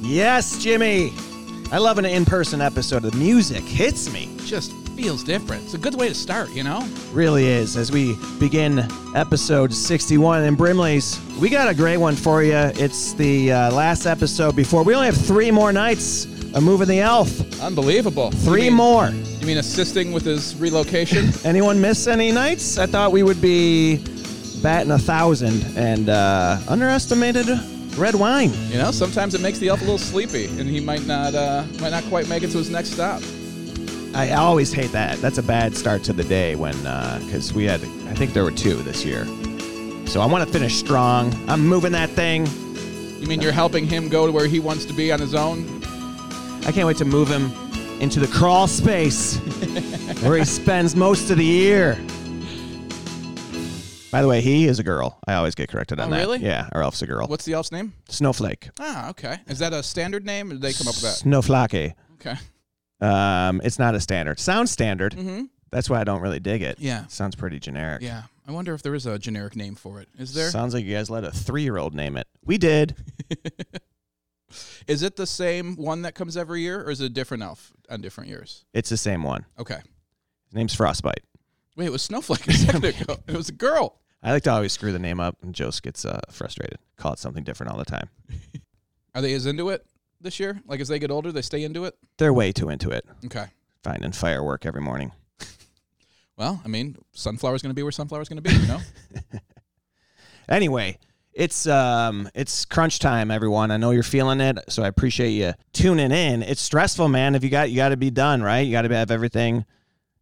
Yes, Jimmy. I love an in person episode. The music hits me. Just feels different. It's a good way to start, you know? Really is. As we begin episode 61 in Brimley's, we got a great one for you. It's the uh, last episode before. We only have three more nights of moving the elf. Unbelievable. Three You mean- more. You mean assisting with his relocation? Anyone miss any nights? I thought we would be batting a thousand and uh, underestimated red wine. you know, sometimes it makes the elf a little sleepy, and he might not uh, might not quite make it to his next stop. I always hate that. That's a bad start to the day when, because we had, I think there were two this year. So I want to finish strong. I'm moving that thing. You mean you're helping him go to where he wants to be on his own? I can't wait to move him into the crawl space where he spends most of the year. By the way, he is a girl. I always get corrected on Oh, that. really? Yeah, our elf's a girl. What's the elf's name? Snowflake. Ah, okay. Is that a standard name, or did they come up with that? Snowflake. Okay. Um, it's not a standard. Sounds standard. That's why I don't really dig it. Mm-hmm. Yeah. Sounds pretty generic. Yeah. I wonder if there is a generic name for it. Is there? Is Sounds like you guys let a three-year-old name it. We did. it the same one that comes every year, or is it a different elf on different years? It's the same one. Okay. His name's Frostbite. Wait, it was Snowflake a second ago. It was a girl. I like to always screw the name up, and Jose gets uh, frustrated. Call it something different all the time. Are they as into it this year? Like as they get older, they stay into it? They're way too into it. Okay. Finding firework every morning. Well, I mean, sunflower's going to be where sunflower's going to be, you know? Anyway, it's um it's crunch time, everyone. I know you're feeling it, so I appreciate you tuning in. It's stressful, man. If you got you got to be done right, you got to have everything.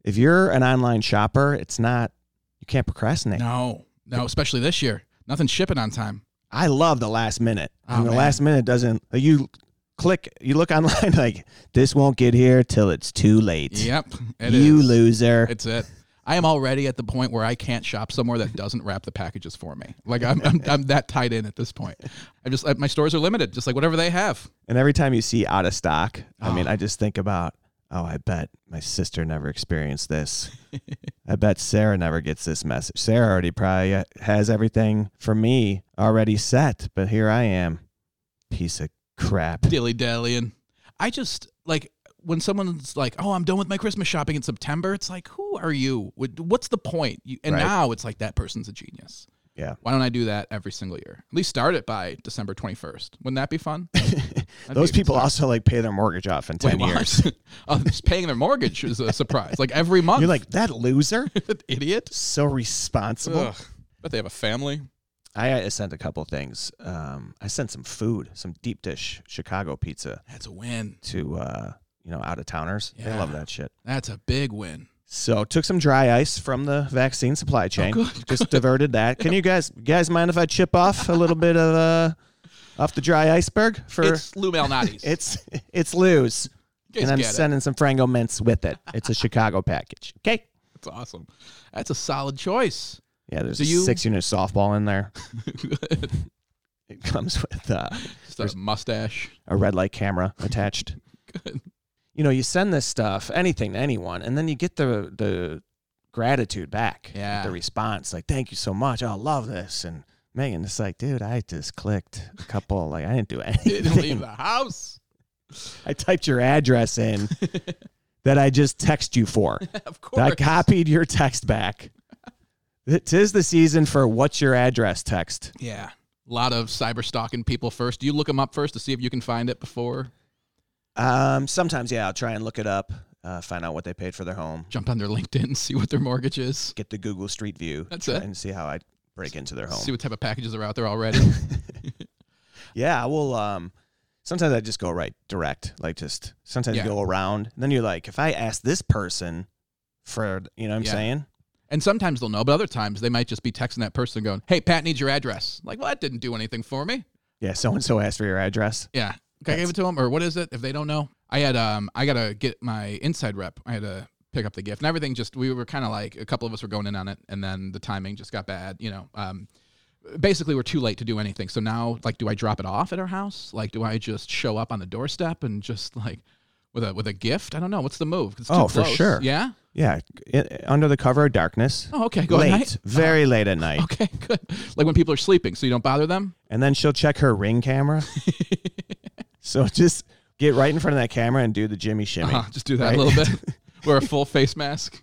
If you're an online shopper, it's not you can't procrastinate. no. No, especially this year. Nothing's shipping on time. I love the last minute. Oh, and the man. last minute doesn't you click you look online like this won't get here till it's too late. Yep. it you is. loser. It's it. I am already at the point where I can't shop somewhere that doesn't wrap the packages for me. Like I'm, I'm, I'm that tied in at this point. I just I, my stores are limited, just like whatever they have. And every time you see out of stock, I mean, Oh. I just think about, oh, I bet my sister never experienced this. I bet Sarah never gets this message. Sarah already probably uh, has everything for me already set, but here I am, piece of crap. Dilly dallying. I just like when someone's like, "Oh, I'm done with my Christmas shopping in September." It's like, who are you? What- What's the point? You, and Right. now it's like that person's a genius. Yeah. Why don't I do that every single year? At least start it by December 21st. Wouldn't that be fun? That'd Those be- people also like pay their mortgage off in Wait, 10 what? years. oh, just paying their mortgage is a surprise. Like every month. You're like, that loser? idiot. so responsible. Ugh. But they have a family. I uh, sent a couple things. Um, I sent some food, some deep dish Chicago pizza That's a win. to, uh, you know, out of towners. They Yeah. love that shit. That's a big win. So took some dry ice from the vaccine supply chain. Oh, good, Just diverted that. Can you guys guys mind if I chip off a little bit of uh off the dry iceberg for it's Lou Malnati's. it's it's Lou's. You guys and I'm get it. sending some Frango mints with it. It's a Chicago package. Okay. That's awesome. That's a solid choice. Yeah, there's Do a you- six unit softball in there. It comes with uh, Just a mustache. a red light camera attached. Good. You know, you send this stuff, anything to anyone, and then you get the the gratitude back. like Yeah. The response, like, thank you so much. Oh, I love this. And Megan, it's like, dude, I just clicked a couple, like I didn't do Didn't leave anything. the house. I typed your address in that I just text you for. of I course. copied your text back. It is the season for what's your address text. yeah. A lot of cyber stalking people first. Do you look them up first to see if you can find it before? Um, sometimes, yeah, I'll try and look it up, uh, find out what they paid for their home. Jump on their LinkedIn and see what their mortgage is. get the Google Street View That's try it. and see how I break into their home. See what type of packages are out there already. Yeah, I will. Um, sometimes I just go right direct, like just sometimes Yeah. go around. then you're like, if I ask this person for, you know what I'm Yeah. saying? and sometimes they'll know, but other times they might just be texting that person going, Hey, Pat needs your address. Like, well, that didn't do anything for me. Yeah, so and so asked for your address. Yeah. Okay, I gave it to them, or what is it? If they don't know, I had um, I gotta get my inside rep. I had to pick up the gift and everything. Just we were kind of like a couple of us were going in on it, and then the timing just got bad. You know, um, basically we're too late to do anything. So now, like, do I drop it off at her house? Like, do I just show up on the doorstep and just like with a with a gift? I don't know. What's the move? 'Cause it's too Oh, for close. sure. Yeah. Yeah, i- under the cover of darkness. Oh, okay. Go late, ahead. Uh-huh. very late at night. Okay, good. Like when people are sleeping, so you don't bother them. And then she'll check her ring camera. So just get right in front of that camera and do the Jimmy shimmy. Uh-huh, just do that right? a little bit. Wear a full face mask.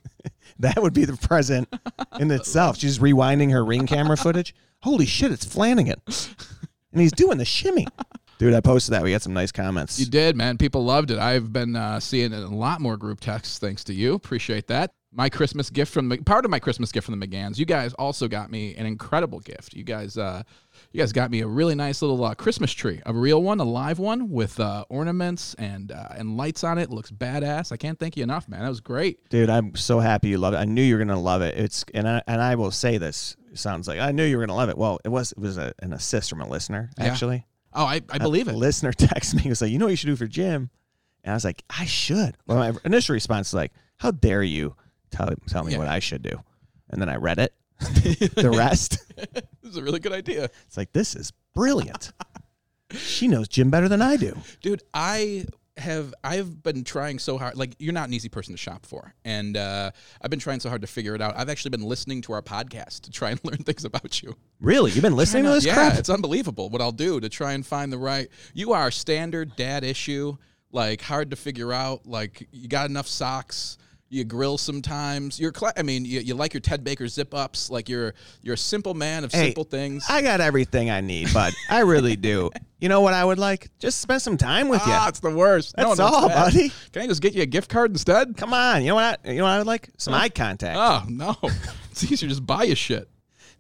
That would be the present in itself. She's rewinding her ring camera footage. Holy shit, it's Flanagan. And he's doing the shimmy. Dude, I posted that. We got some nice comments. You did, man. People loved it. I've been uh, seeing a lot more group texts thanks to you. Appreciate that. My Christmas gift from the part of my Christmas gift from the McGanns. You guys also got me an incredible gift. You guys, uh, you guys got me a really nice little uh, Christmas tree, a real one, a live one with uh, ornaments and uh, and lights on it. Looks badass. I can't thank you enough, man. That was great. Dude, I'm so happy you love it. I knew you were gonna love it. It's and I and I will say this. It sounds like I knew you were gonna love it. Well, it was it was a, an assist from a listener Yeah. actually. Oh, I, I believe A it. listener texted me. He was like, "You know what you should do for Jim," and I was like, "I should." Well, my initial response is like, "How dare you tell tell me Yeah. what I should do?" And then I read it. the rest, This is a really good idea. it's like this is brilliant. she knows Jim better than I do. dude i have i've been trying so hard like you're not an easy person to shop for and uh, i've been trying so hard to figure it out i've actually been listening to our podcast to try and learn things about you Really, you've been listening to this yeah crap? it's unbelievable what i'll do to try and find the right you are standard dad issue like hard to figure out like you got enough socks you grill sometimes you're cla i mean you, you like your ted baker zip ups like you're you're a simple man of Hey, simple things I got everything I need, bud. I really do. You know what I would like? Just spend some time with ah you. it's the worst No That's one wants all, that. buddy. can i just get you a gift card instead Come on. You know what? I, you know what I would like? Some eye contact. Oh no, it's easier to just buy you shit.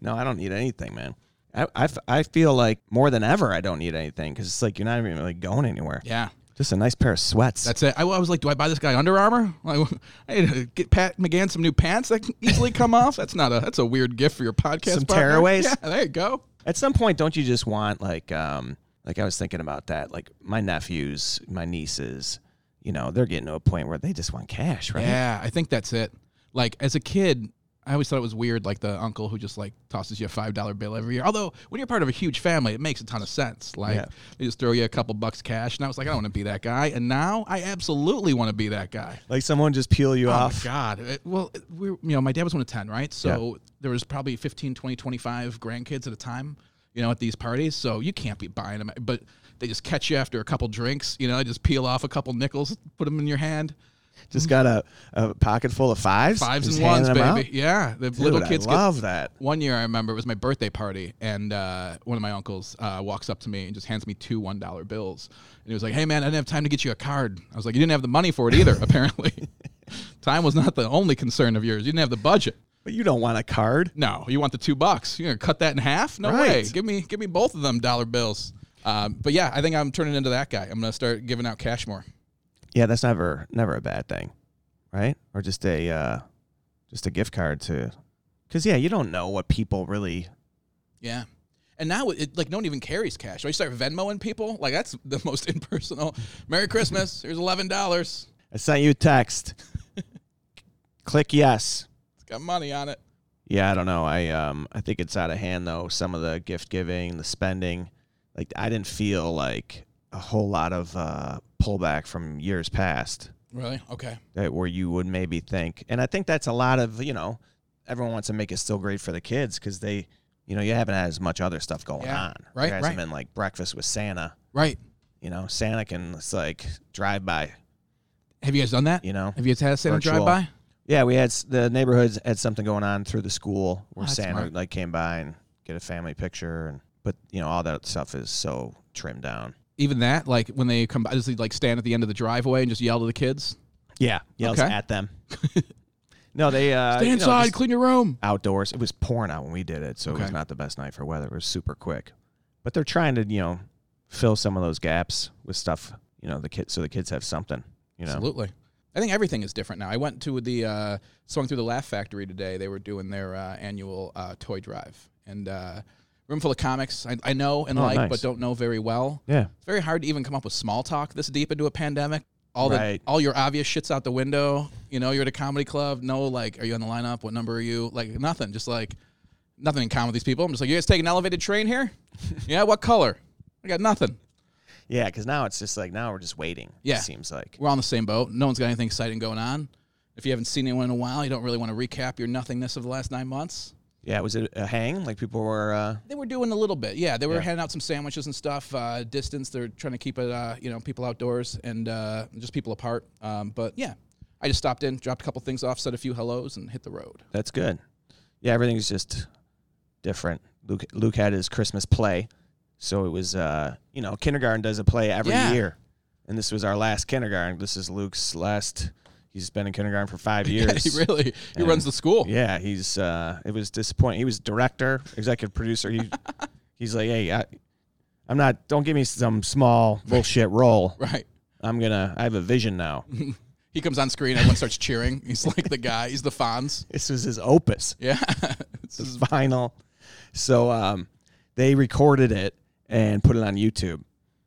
No, I don't need anything, man. I, I f- I feel like more than ever I don't need anything because it's like you're not even really going anywhere. Yeah, Just a nice pair of sweats. that's it. I, I was like, do I buy this guy Under Armour? Like, I need to get Pat McGann some new pants that can easily come off. That's not a that's a weird gift for your podcast. Some partner. tearaways? Yeah, there you go. At some point, don't you just want like um like I was thinking about that like my nephews, my nieces, you know, they're getting to a point where they just want cash, right? Yeah, I think that's it. Like as a kid, I always thought it was weird, like the uncle who just like tosses you a five dollar bill every year. Although when you're part of a huge family, it makes a ton of sense. Like Yeah. they just throw you a couple bucks cash, and I was like, I don't want to be that guy. And now I absolutely want to be that guy. Like someone just peel you off. Oh my God. It- well, it- we were, you know, my dad was one of 10, right? So there was probably 15, 20, 25 grandkids at a time, you know, at these parties. So you can't be buying them. But they just catch you after a couple drinks, you know, they just peel off a couple nickels, put them in your hand. Just got a, a pocket full of fives. Fives just and ones, handing baby. them out. Yeah. The Dude, little kids I get love that. one year I remember it was my birthday party, and uh, one of my uncles uh, walks up to me and just hands me two one dollar bills, and he was like, "Hey man, I didn't have time to get you a card." I was like, "You didn't have the money for it either, apparently." time was not the only concern of yours. You didn't have the budget. But you don't want a card. No, you want the two bucks? You're gonna cut that in half? No way. Right. Give me, give me both of them dollar bills. Um, but yeah, I think I'm turning into that guy. I'm gonna start giving out cash more. Yeah, that's never never a bad thing, right? Or just a uh, just a gift card to, because yeah, you don't know what people really. Yeah. And now it like no one even carries cash. When you start Venmoing people, like that's the most impersonal. Merry Christmas. Here's eleven dollars. I sent you a text. Click yes. It's got money on it. Yeah, I don't know. I um I think it's out of hand though. Some of the gift giving, the spending, like I didn't feel like a whole lot of uh, pullback from years past Really? Okay. that where you would maybe think. And I think that's a lot of you know, everyone wants to make it still great for the kids because they, you know, you haven't had as much other stuff going Yeah, on. right, There hasn't right. been like breakfast with Santa. Right. You know, Santa can it's like drive by. Have you guys done that? You know, Have you guys had a Santa Virtual. drive by? Yeah, we had s- the neighborhoods had something going on through the school where Oh, that's Santa smart. like came by and get a family picture and but you know all that stuff is so trimmed down. Even that, like when they come by, just like stand at the end of the driveway and just yell to the kids, Yeah, yells Okay. at them. no, they uh, "Stay you know, inside, just clean your room." outdoors. It was pouring out when we did it, so it was Okay. not the best night for weather. It was super quick, but they're trying to you know fill some of those gaps with stuff. You know the kids, so the kids have something. You know, Absolutely. I think everything is different now. I went to the uh, swung through the Laugh Factory today. They were doing their uh, annual uh, toy drive and uh, room full of comics. I, I know and Oh, like, nice. but don't know very well. yeah, It's very hard to even come up with small talk this deep into a pandemic. All Right. the all your obvious shits out the window. You know, you're at a comedy club. No, like, are you on the lineup? What number are you? Like, nothing. Just like nothing in common with these people. I'm just like, you guys take an elevated train here? yeah. What color? I got nothing. yeah. Because now it's just like now we're just waiting. Yeah. it seems like We're on the same boat. No one's got anything exciting going on. If you haven't seen anyone in a while, you don't really want to recap your nothingness of the last nine months. Yeah, was it a hang? Like people were. Uh, They were doing a little bit, yeah. They were Yeah. handing out some sandwiches and stuff. Uh, distance, they're trying to keep it, uh, you know, people outdoors and uh, just people apart. Um, but yeah, I just stopped in, dropped a couple things off, said a few hellos, and hit the road. that's good. Yeah, everything's just different. Luke Luke had his Christmas play, so it was uh you know kindergarten does a play every Yeah. year, and this was our last kindergarten. This is Luke's last. He's been in kindergarten for five years. he really, he And- runs the school. Yeah, he's. Uh, it was disappointing. He was director, executive producer. He, he's like, hey, I, I'm not. Don't give me some small bullshit role. Right. I'm gonna. I have a vision now. He comes on screen, everyone starts cheering. He's like the guy. He's the Fonz. this was his opus, Yeah. This is- final. So um, they recorded it and put it on YouTube.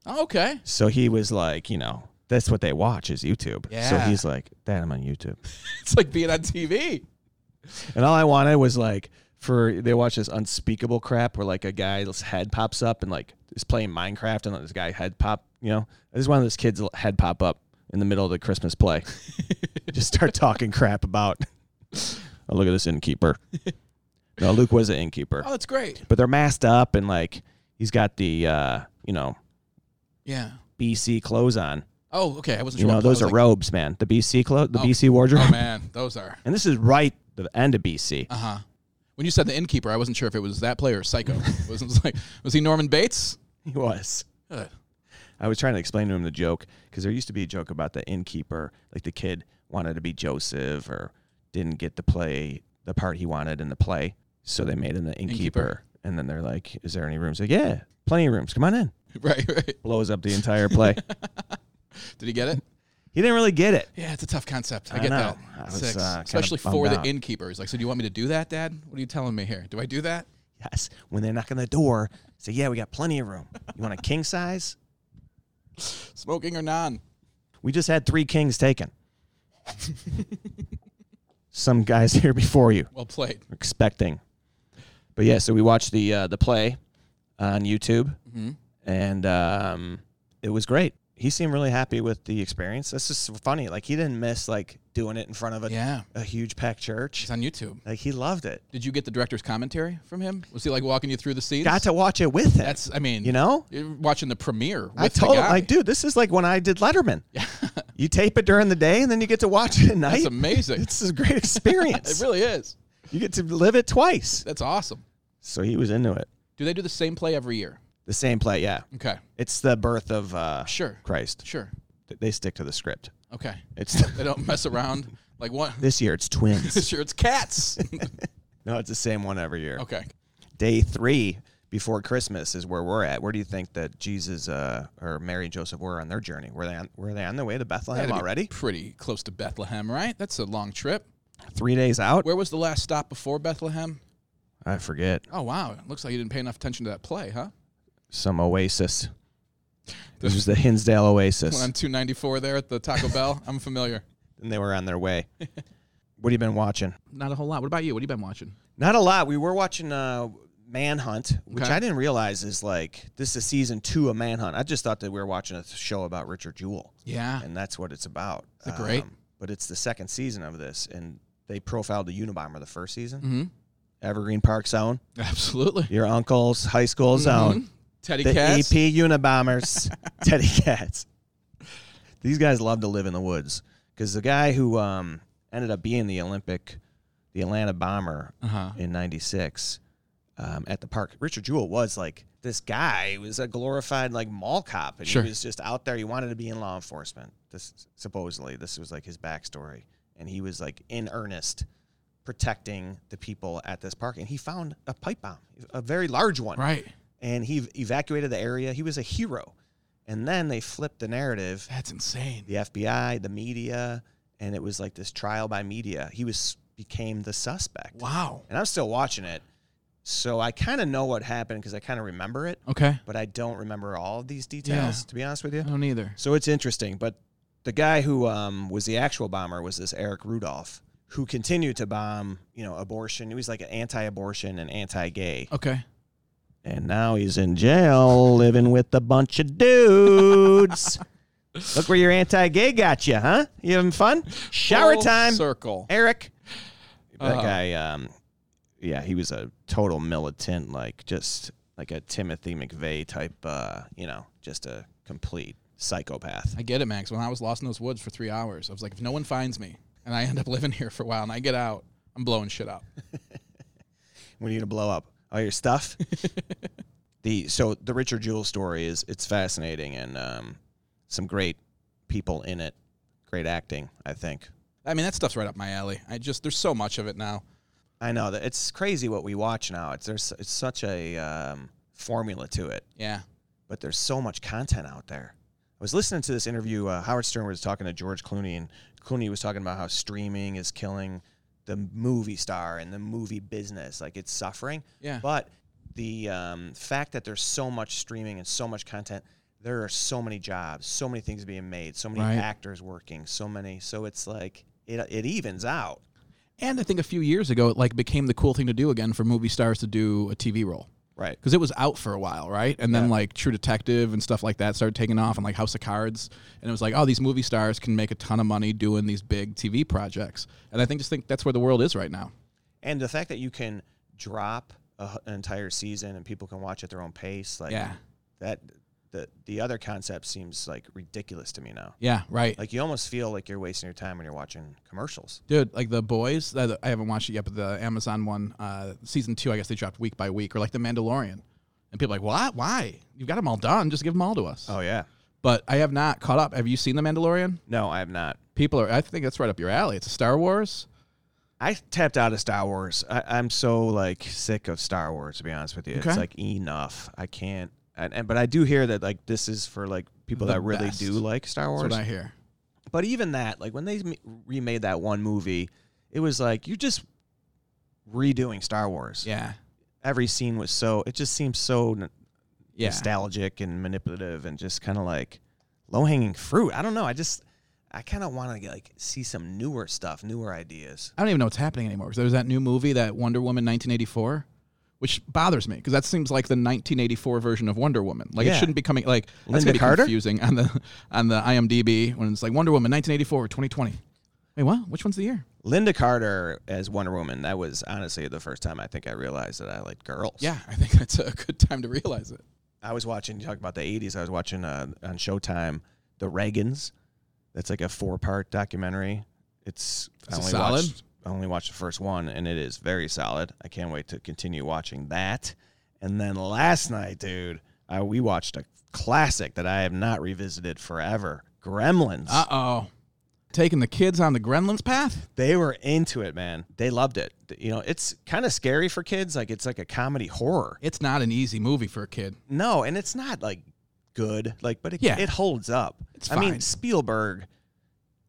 oh, okay. So he was like, you know, that's what they watch is YouTube. So Yeah. he's like, Dad, I'm on YouTube. It's like being on TV. And all I wanted was like for they watch this unspeakable crap where like a guy's head pops up and like is playing Minecraft and this guy head pop, you know. I just wanted this kid's head pop up in the middle of the Christmas play. just start talking crap about oh look at this innkeeper. No, Luke was an innkeeper. Oh, that's great. But they're masked up and like he's got the uh, you know, Yeah. BC clothes on. Oh, okay. I wasn't You sure. know, what- I those was are like, robes, man. The BC clothes, the Oh. BC wardrobe. Oh man, those are. And this is right the end of BC. Uh huh. When you said the innkeeper, I wasn't sure if it was that player or Psycho. It was, it was like, was he Norman Bates? He was. Good. I was trying to explain to him the joke because there used to be a joke about the innkeeper, like the kid wanted to be Joseph or didn't get to play the part he wanted in the play, so they made him the innkeeper. Innkeeper. And then they're like, "Is there any rooms?" Like, yeah, plenty of rooms. Come on in. Right, right. Blows up the entire play. Did he get it? he didn't really get it. Yeah, it's a tough concept. I, I get know. that. I was, Six. uh, kinda Especially bummed for out. the innkeeper. He's like, so do you want me to do that, Dad? What are you telling me here? Do I do that? Yes. When they knock on the door, say, "Yeah, we got plenty of room. You want a king size?" Smoking or non? We just had three kings taken. Some guys here before you. Well played. expecting. But yeah, so we watched the uh, the play on YouTube, Mm-hmm. and um, it was great. He seemed really happy with the experience. That's just funny. Like he didn't miss like doing it in front of a, Yeah. a huge packed It's church. on YouTube. Like he loved it. Did you get the director's commentary from him? Was he like walking you through the scenes? Got to watch it with him. That's, I mean, you know. you're watching the premiere. With I told the him, guy. like, dude, this is like when I did Letterman. you tape it during the day, and then you get to watch it at night. That's amazing. It's a great experience. it really is. you get to live it twice. That's awesome. So he was into it. Do they do the same play every year? The same play, yeah. Okay. It's the birth of uh, Sure. Christ. Sure. Th- They stick to the script. Okay. It's They don't mess around. Like what? this year. It's twins. sure, it's cats. no, it's the same one every year. okay. Day three before Christmas is where we're at. Where do you think that Jesus uh, or Mary and Joseph were on their journey? Were they on, were they on their way to Had Bethlehem to be already? Pretty close to Bethlehem, right? That's a long trip. Three days out. Where was the last stop before Bethlehem? I forget Oh wow, it looks like you didn't pay enough attention to that play, huh? some oasis. This The- was the Hinsdale When Oasis, I'm 294 there at the Taco Bell, I'm familiar. and they were on their way. what have you been watching? Not a whole lot. What about you? What have you been watching? Not a lot. We were watching uh, Manhunt, which Okay. I didn't realize is like this is season two of Manhunt. I just thought that we were watching a show about Richard Jewell, Yeah. and that's what it's about. Is it great? but it's the second season of this, and they profiled the Unabomber the first season, Mhm. Evergreen Park Zone, Absolutely. your uncle's high school zone, Mhm. Teddy the Katz. EP Unabombers, Teddy Cats. These guys love to live in the woods because the guy who um, ended up being the Olympic, the Atlanta Bomber, Uh-huh. in '96 um, at the park. Richard Jewell was like this guy was a glorified like mall cop, and Sure. he was just out there. He wanted to be in law enforcement. This supposedly this was like his backstory, and he was like in earnest protecting the people at this park. And he found a pipe bomb, a very large one, Right. and he evacuated the area. He was a hero. And then they flipped the narrative That's insane. the FBI, the media, and it was like this trial by media. He was became the suspect Wow. and I'm still watching it. So I kind of know what happened because I kind of remember it, Okay. but I don't remember all of these details, to be honest with you. I don't either. So it's interesting. But the guy who um, was the actual bomber was this Eric Rudolph, who continued to bomb, you know, abortion. He was like an anti-abortion and anti-gay, Okay. and now he's in jail living with a bunch of dudes. Look where your anti-gay got you, huh? Oh, You having fun? Shower Full time, Circle. Eric. That Uh, guy, um, yeah, he was a total militant, like just like a Timothy McVeigh type, uh, you know, just a complete psychopath. I get it, Max. When I was lost in those woods for three hours, I was like, if no one finds me and I end up living here for a while and I get out, I'm blowing shit up. We need to blow up all your stuff. the so the Richard Jewell story is it's fascinating and um, some great people in it, great acting. I think I mean, that stuff's right up my alley. I just, there's so much of it now. I know that it's crazy what we watch now. It's there's it's such a um, formula to it. Yeah. but there's so much content out there. I was listening to this interview. Uh, Howard Stern was talking to George Clooney, and Clooney was talking about how streaming is killing the movie star and the movie business. Like it's suffering. Yeah. But the um, fact that there's so much streaming and so much content, there are so many jobs, so many things being made, so many Right. actors working, so many. So it's like it, it evens out. And I think a few years ago, it like became the cool thing to do again for movie stars to do a TV role. Right. because it was out for a while, right? And then like True Detective and stuff like that started taking off, and like House of Cards, and it was like, oh, these movie stars can make a ton of money doing these big TV projects, and I think just think that's where the world is right now. And the fact that you can drop a, h- an entire season and people can watch at their own pace, like Yeah. that, the the other concept seems like ridiculous to me now. Yeah, right, Like you almost feel like you're wasting your time when you're watching commercials. dude. Like the boys, uh, I haven't watched it yet, but the Amazon one, uh, season two, I guess they dropped week by week, or like the Mandalorian, and people are like, what? Why? You've got them all done. Just give them all to us. Oh yeah. But I have not caught up. Have you seen the Mandalorian? No, I have not. People are. I think that's right up your alley. It's a Star Wars. I tapped out of Star Wars. I, I'm so like sick of Star Wars. To be honest with you, Okay. it's like enough. I can't. And, and but I do hear that like this is for like people The that really best. do like Star That's Wars. what I hear. But even that, like when they m- remade that one movie, it was like you're just redoing Star Wars. Yeah. Every scene was so it just seems so n- Yeah. nostalgic and manipulative and just kind of like low hanging fruit. I don't know. I just I kind of want to like see some newer stuff, newer ideas. I don't even know what's happening anymore because there was that new movie that Wonder Woman 1984, which bothers me because that seems like the 1984 version of Wonder Woman. Like it Yeah. shouldn't be coming like that's Linda gonna be Carter? confusing on the on the IMDb when it's like Wonder Woman 1984 or 2020. Wait, what? Which one's the year? Linda Carter as Wonder Woman. That was honestly the first time I think I realized that I like girls. Yeah, I think that's a good time to realize it. I was watching. You talk about the '80s. I was watching uh, on Showtime the Reagans. That's like a four-part documentary. It's Is it solid? watched I only watched the first one, and it is very solid. I can't wait to continue watching that. And then last night, dude, I, we watched a classic that I have not revisited forever. Gremlins. Uh oh, taking the kids on the Gremlins path. they were into it, man. They loved it. You know, it's kind of scary for kids. Like it's like a comedy horror. It's not an easy movie for a kid. No, and it's not like good, like, but it, Yeah. it holds up. It's I fine. mean, Spielberg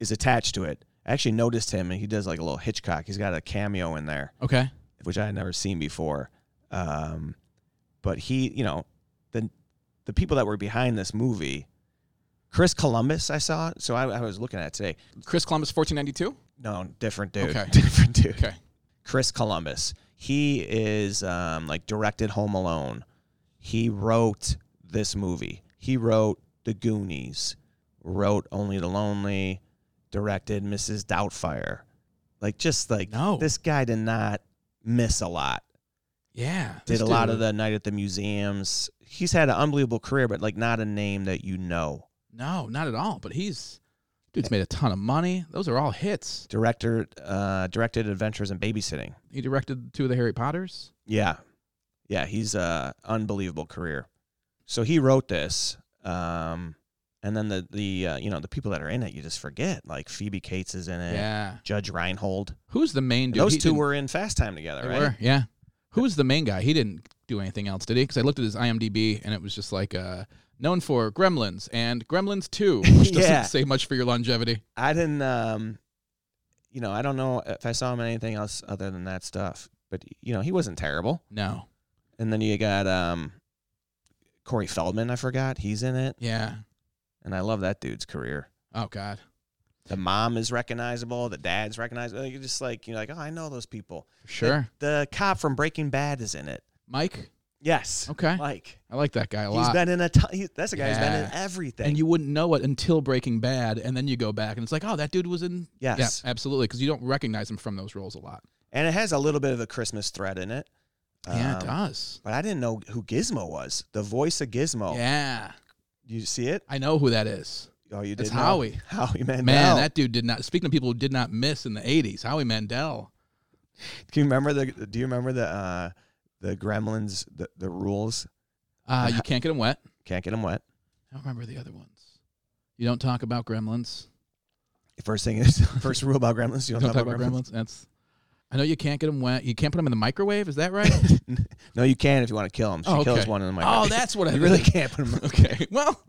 is attached to it. I actually noticed him, and he does like a little Hitchcock. He's got a cameo in there, Okay, which I had never seen before. Um, but he, you know, the the people that were behind this movie, Chris Columbus, I saw. So I, I was looking at it today. Chris Columbus 1492. No, different dude. Okay. Different dude. Okay, Chris Columbus. He is um, like directed Home Alone. He wrote this movie. He wrote The Goonies. Wrote Only the Lonely. Directed Mrs. Doubtfire. Like just like No. this guy did not miss a lot. yeah, Did this a lot of dude- the Night at the Museums. He's had an unbelievable career, but like not a name that you know. No, not at all. But he's dude's made a ton of money. Those are all hits. Director uh, directed Adventures in Babysitting. He directed two of the Harry Potters. Yeah. Yeah, he's a unbelievable career. So he wrote this um and then the the uh, you know, the people that are in it you just forget. Like Phoebe Cates is in it. Yeah. Judge Reinhold. Who's the main And dude? those He two didn't- were in Fast Time together, they right? were, yeah. Who was the main guy? He didn't do anything else, did he? Because I looked at his IMDb and it was just like uh, known for Gremlins and Gremlins Two, which Yeah. doesn't say much for your longevity. I didn't um you know, I don't know if I saw him in anything else other than that stuff, but you know, he wasn't terrible. No. And then you got um Corey Feldman, I forgot. He's in it. Yeah. And I love that dude's career. Oh God. The mom is recognizable. The dad's recognizable. You're just like you're like, oh, I know those people. For sure. The cop from Breaking Bad is in it. Mike. Yes, Okay. like I like that guy a he's lot. been in a ton. He, that's a guy who's been in Yeah. everything. and you wouldn't know it until Breaking Bad, and then you go back and it's like, oh, that dude was in. yes, Yeah, absolutely. Because you don't recognize him from those roles a lot. and it has a little bit of a Christmas thread in it. yeah, it Um, does. But I didn't know who Gizmo was. The voice of Gizmo. Yeah, You see it? I know who that is. Oh, you did. It's know. Howie. Howie Mandel. Man, that dude did not. Speaking of people who did not miss in the '80s, Howie Mandel. do you remember the? Do you remember the? Uh, the Gremlins. The, the rules. Uh, you can't get him wet. Can't get them wet. I don't remember the other ones. You don't talk about Gremlins. First thing is first rule about Gremlins. You You don't, don't talk about Gremlins. That's. I know you can't get them wet. You can't put them in the microwave. Is that right? Oh No, you can if you want to kill them. She Oh, kills okay. one of them. oh, that's what I you really think. can't put them. Okay. Well,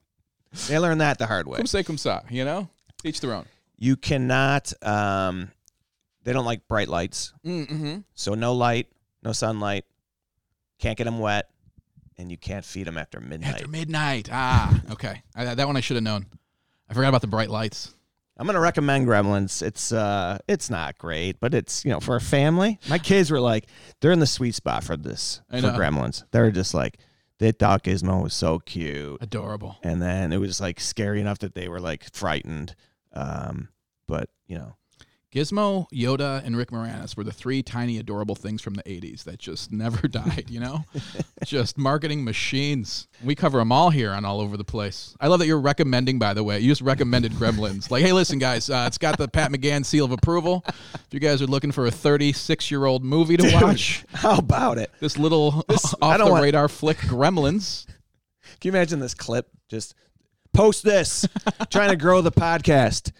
They learned that the hard way. cum say cum sa. You know, each their own. You cannot. Um, they don't like bright lights, Mm-hmm. so no light, no sunlight. Can't get them wet, and you can't feed them after midnight. After midnight. Ah, okay. I, that one I should have known. I forgot about the bright lights. I'm gonna recommend Gremlins. It's uh, it's not great, but it's you know for a family. My kids were like, they're in the sweet spot for this I for know. Gremlins. They're just like, they thought Gizmo was so cute, Adorable. and then it was like scary enough that they were like frightened. Um, but you know, Gizmo, Yoda, and Rick Moranis were the three tiny adorable things from the 80s that just never died, you know? just marketing machines. We cover them all here on All Over the Place. I love that you're recommending, by the way. You just recommended Gremlins. like, hey, listen, guys, uh, it's got the Pat McGann seal of approval. If you guys are looking for a 36 year old movie to watch, how about it? this little I off don't the want- radar flick, Gremlins. Can you imagine this clip? Just post this, trying to grow the podcast.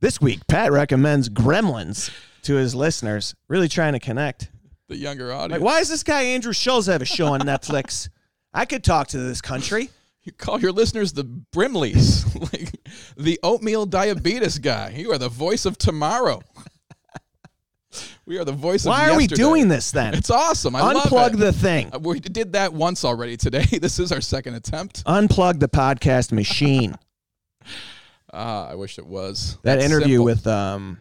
This week, Pat recommends Gremlins to his listeners, really trying to connect. The younger Like, audience. why does this guy Andrew Schulz have a show on Netflix? I could talk to this country. You call your listeners the Brimleys, like the oatmeal diabetes guy. You are the voice of tomorrow. We are the voice of Why are we yesterday. doing this then? It's awesome. I love Unplug it. the thing. Uh, we did that once already today. This is our second attempt. Unplug the podcast machine. Ah, I wish it was. That That's interview simple. with um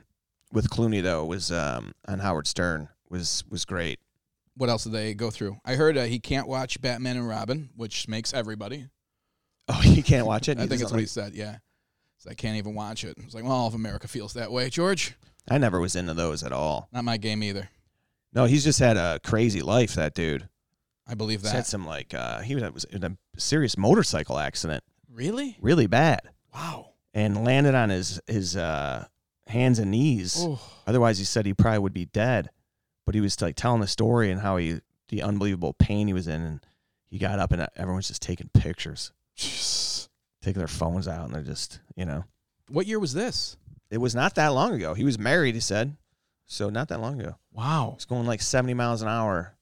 with Clooney though was um on Howard Stern was was great. What else did they go through? I heard uh, he can't watch Batman and Robin, which makes everybody. Oh, you can't watch it. I You think just that's don't what he said. Yeah. So I can't even watch it. It's like, well, if America feels that way, George, like- I never was into those at all. not my game either. No, he's just had a crazy life. That dude. I believe He's had that. some like uh, he was in a serious motorcycle accident, Really? really bad, Wow. and landed on his his uh, hands and knees. Oh. Otherwise, he said he probably would be dead. But he was like telling the story and how he the unbelievable pain he was in, and he got up and everyone's just taking pictures, Jeez. taking their phones out, and they're just you know. What year was this? It was not that long ago. He was married, he said, so not that long ago. Wow. It's going like 70 miles an hour.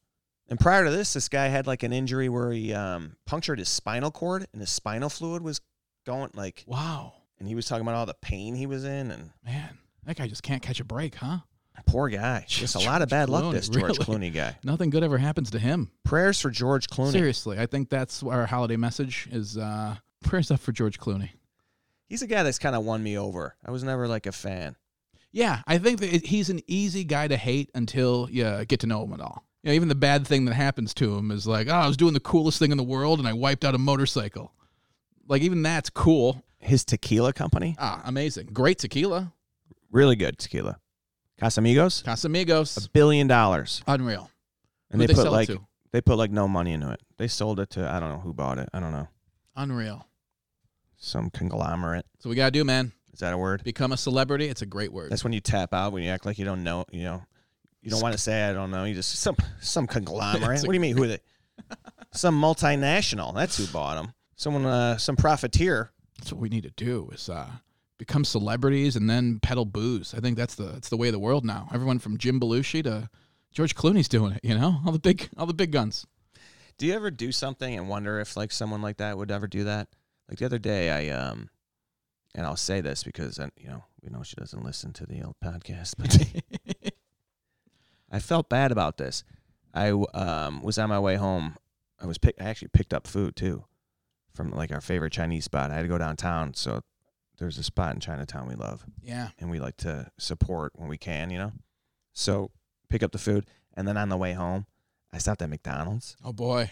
And prior to this, this guy had like an injury where he um, punctured his spinal cord and his spinal fluid was going like, Wow. and he was talking about all the pain he was in. And Man, that guy just can't catch a break, huh? poor guy. Just a lot of bad luck, this George Clooney, Clooney guy. Nothing good ever happens to him. Prayers for George Clooney. Seriously, I think that's our holiday message is uh, prayers up for George Clooney. He's a guy that's kind of won me over. I was never like a fan. Yeah, I think that it- he's an easy guy to hate until you get to know him at all. You know, even the bad thing that happens to him is like, oh, I was doing the coolest thing in the world and I wiped out a motorcycle. Like, even that's cool. His tequila company, Ah, amazing. Great tequila. really good tequila. Casamigos, Casamigos. a billion dollars. Unreal. And Who'd they, they put sell it like, to? they put like no money into it. They sold it to, I don't know who bought it. I don't know. Unreal. Some conglomerate. So we got to do, man. Is that a word? Become a celebrity. It's a great word. That's when you tap out when you act like you don't know. You know, you don't want to say I don't know. You just some some conglomerate. It's a- what do you mean? Who are they? some multinational. That's who bought them. Someone, uh, some profiteer. that's what we need to do is uh, become celebrities and then peddle booze. I think that's the that's the way of the world now. Everyone from Jim Belushi to George Clooney's doing it. You know, all the big all the big guns. Do you ever do something and wonder if like someone like that would ever do that? Like the other day, I um, and I'll say this because I, you know we know she doesn't listen to the old podcast, but I felt bad about this. I um was on my way home. I was pick. I actually picked up food too, from like our favorite Chinese spot. I had to go downtown, so there's a spot in Chinatown we love yeah, and we like to support when we can, you know. So pick up the food, and then on the way home, I stopped at McDonald's oh boy,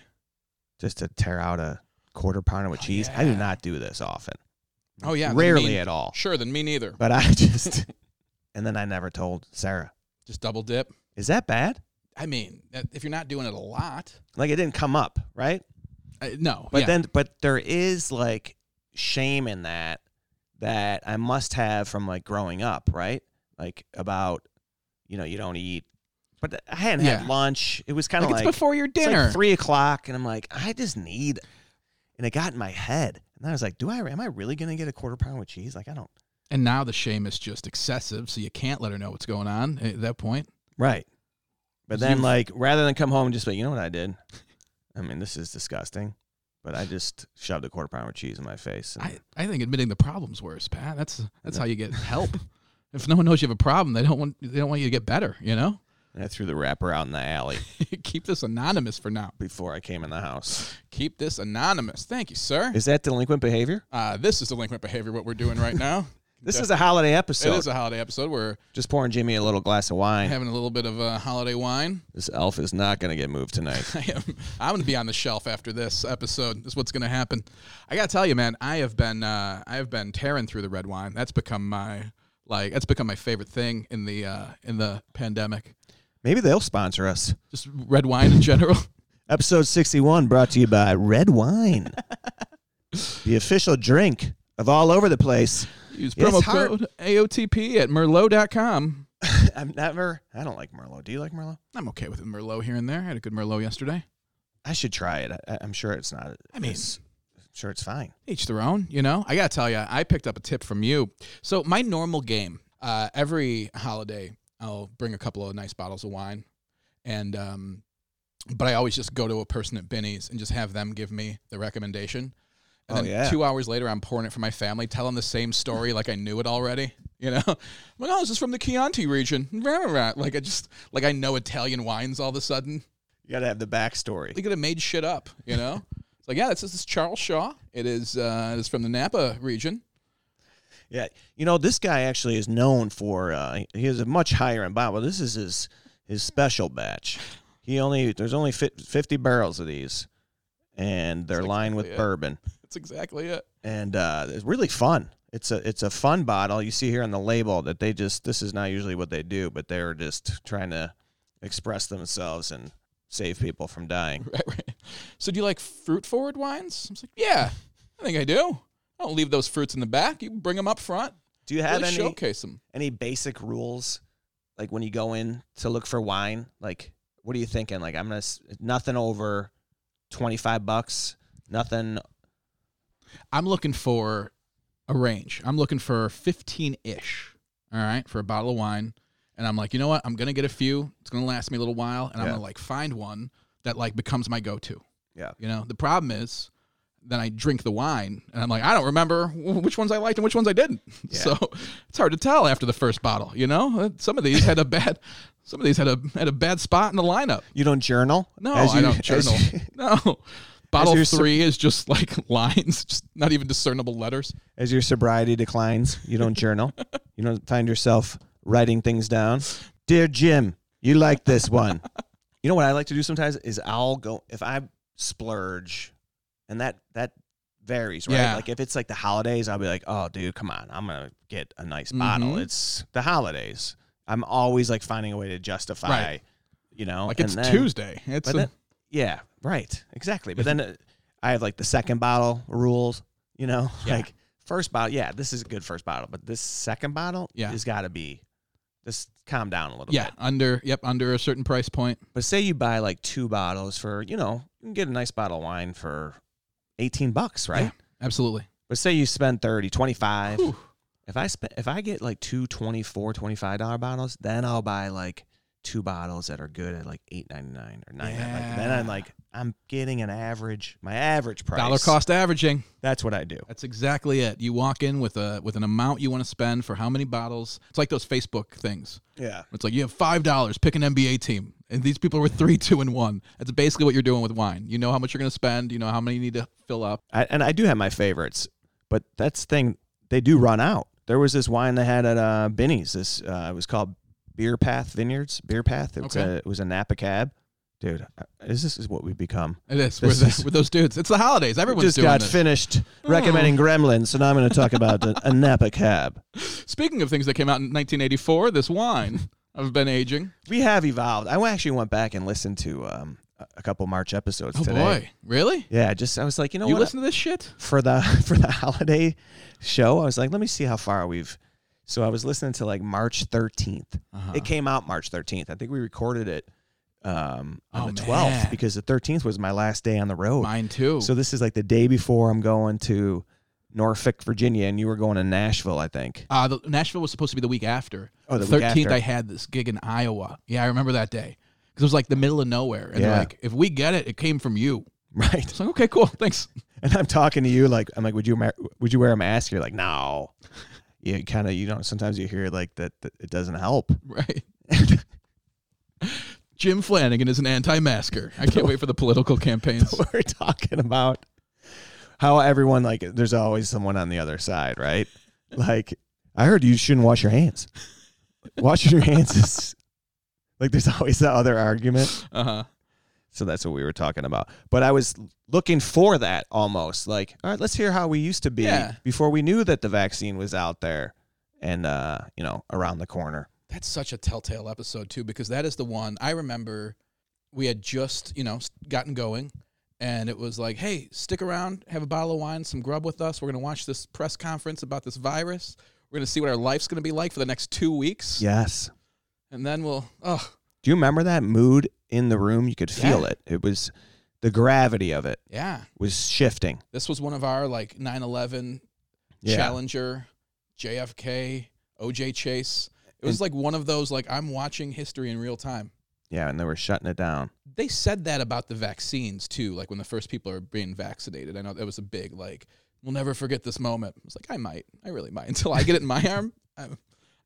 just to tear out a quarter pounder with Oh, cheese. I do yeah. not do this often. oh yeah, then rarely me- at all. Sure, then me neither. But I just, and then I never told Sarah. Just double dip. Is that bad? I mean, that- if you're not doing it a lot, Like it didn't come up, right? uh, no. But yeah. then, but there is like shame in that that I must have from like growing up, right? Like about you know you don't eat, but I hadn't Yeah. had lunch. It was kind like, of like, it's before your it's like dinner. three o'clock, and I'm like, I just need, and it got in my head, and I was like, do I? Am I really gonna get a quarter pound with cheese? Like I don't. and now the shame is just excessive, so you can't let her know what's going on at that point. Right. But So then, you've- like, rather than come home and just be, you know what I did? I mean, this is disgusting, but I just shoved a quarter pound of cheese in my face. And I, I think admitting the problem's worse, Pat. That's that's how you get help. if no one knows you have a problem, they don't want they don't want you to get better. You know, and I threw the wrapper out in the alley keep this anonymous for now. before I came in the house. Keep this anonymous. Thank you, sir. Is that delinquent behavior? Uh, this is delinquent behavior. What we're doing right now. This is a holiday it episode. is a holiday episode. We're just pouring Jimmy a little glass of wine. having a little bit of uh, holiday wine. this elf is not going to get moved tonight. I am. I'm going to be on the shelf after this episode. Is what's going to happen. I got to tell you, man. I have been. Uh, I have been tearing through the red wine. That's become my like. That's become my favorite thing in the uh, in the pandemic. Maybe they'll sponsor us. Just red wine in general. Episode 61 brought to you by Red Wine, the official drink of all over the place. Use It's promo hard. code AOTP at merlot.com. I've never, I don't like Merlot. Do you like Merlot? I'm okay with a merlot here and there. I had a good merlot yesterday. I should try it. I, I'm sure it's not. I mean- it's- I'm sure it's fine. Each their own, you know. I gotta tell you, I picked up a tip from you. So my normal game, uh, every holiday, I'll bring a couple of nice bottles of wine, and um, but I always just go to a person at Binney's and just have them give me the recommendation. And Oh, then yeah. two hours later, I'm pouring it for my family, telling the same story like I knew it already. You know, I'm like, oh, this is from the Chianti region. Rah, rah, rah. Like I just, like I know Italian wines all of a sudden. You got to have the backstory. they could have made shit up, you know? it's like, yeah, this is, this is Charles Shaw. It is uh, it is from the Napa region. Yeah, you know this guy actually is known for. Uh, he has a much higher end bottle. This is his his special batch. He only there's only fif- 50 barrels of these, and they're That's lined with exactly it. bourbon, That's exactly it. and uh, it's really fun. It's a it's a fun bottle. You see here on the label that they just this is not usually what they do, but they're just trying to express themselves and save people from dying. Right, right. So do you like fruit forward wines? I was like, yeah, I think I do. I don't leave those fruits in the back. You bring them up front. Do you have Really any? showcase them. any basic rules like when you go in to look for wine like what are you thinking like i'm gonna s- nothing over 25 bucks nothing I'm looking for a range. I'm looking for 15 ish, all right, for a bottle of wine. And I'm like, you know what? I'm going to get a few. It's going to last me a little while. And I'm Yeah. going to like find one that like becomes my go to. Yeah. You know, the problem is then I drink the wine and I'm like, I don't remember wh- which ones I liked and which ones I didn't. Yeah. So it's hard to tell after the first bottle, you know? Uh, Some of these had a bad. Some of these had a had a bad spot in the lineup. you don't journal No, As I you- don't as journal. you- No, bottle you're sup- three is just like lines, just not even discernible letters. as your sobriety declines you don't journal you don't find yourself writing things down dear jim you like this one you know what i like to do sometimes is i'll go if i splurge and that that varies right Yeah. like if it's like the holidays i'll be like oh dude come on i'm gonna get a nice bottle Mhm. it's the holidays i'm always like finding a way to justify Right. you know Like Oh, and it's then- Tuesday. It's but a, then, yeah right exactly but then uh, i have like the second bottle rules you know Yeah. like first bottle yeah this is a good first bottle but this second bottle Yeah. has got to be just calm down a little yeah, bit under yep, under a certain price point. but say you buy like two bottles for you know you can get a nice bottle of wine for 18 bucks right Yeah. Absolutely. but say you spend 30 25 Whew. if i spend if i get like two 24 25 dollar bottles then i'll buy like two bottles that are good at like 8.99 or 9 like, then i'm Yeah. like i'm getting an average my average price Dollar cost averaging. that's what i do That's exactly it. You walk in with a with an amount you want to spend for how many bottles. It's like those Facebook things. yeah It's like you have five dollars, pick an NBA team. And these people were three, two, and one. That's basically what you're doing with wine. You know how much you're gonna spend, you know how many you need to fill up. I, and i do have my favorites but that's the thing they do run out there was this wine they had at uh benny's this uh it was called beer path vineyards beer path it was, Okay. a, it was a napa cab dude uh, this is what we've become It is. This We're, the, is- we're those dudes. It's the holidays. Everyone's just doing got this. finished Hmm. recommending gremlins so now i'm going to talk about a, a napa cab Speaking of things that came out in 1984, this wine. I've been aging. We have evolved. I actually went back and listened to um, a- a couple March episodes Oh today. boy, really? Yeah, just I was like, you know you what? listen to this shit? for the for the holiday show, I was like, let me see how far we've. So I was listening to like March 13th. Uh-huh. It came out March 13th. I think we recorded it um, on Oh, the 12th man. because the 13th was my last day on the road. Mine too. So this is like the day before I'm going to Norfolk, Virginia, and you were going to Nashville, I think. uh, the, Nashville was supposed to be the week after. Oh, the week 13th, after. I had this gig in Iowa. Yeah, I remember that day because it was like the middle of nowhere. And they're Yeah. like, if we get it, it came from you. Right. It's like, okay, cool. Thanks. And I'm talking to you like I'm like, would you ma- would you wear a mask? You're like, no. You kind of you don't. Sometimes you hear like that, that it doesn't help. Right. Jim Flanagan is an anti-masker. I can't wait for the political campaigns. we're talking about how everyone like there's always someone on the other side, right? Like I heard you shouldn't wash your hands. Washing your hands is like there's always the other argument. Uh-huh. So that's what we were talking about. But I was looking for that almost. Like, all right, let's hear how we used to be Yeah. before we knew that the vaccine was out there and uh, you know, around the corner. That's such a telltale episode too, because that is the one I remember. We had just you know s- gotten going, and it was like, hey, stick around, have a bottle of wine, some grub with us. We're gonna watch this press conference about this virus. We're gonna see what our life's gonna be like for the next two weeks, Yes. and then we'll. Oh, Do you remember that mood in the room? You could feel Yeah. it. It was the gravity of it yeah. was shifting. This was one of our like 9/11 Challenger, JFK, OJ Chase. It was And- like one of those like I'm watching history in real time. Yeah, and they were shutting it down. They said that about the vaccines too, like when the first people are being vaccinated. I know that was a big like we'll never forget this moment. It's like I might, I really might until I get it in my arm. I'm,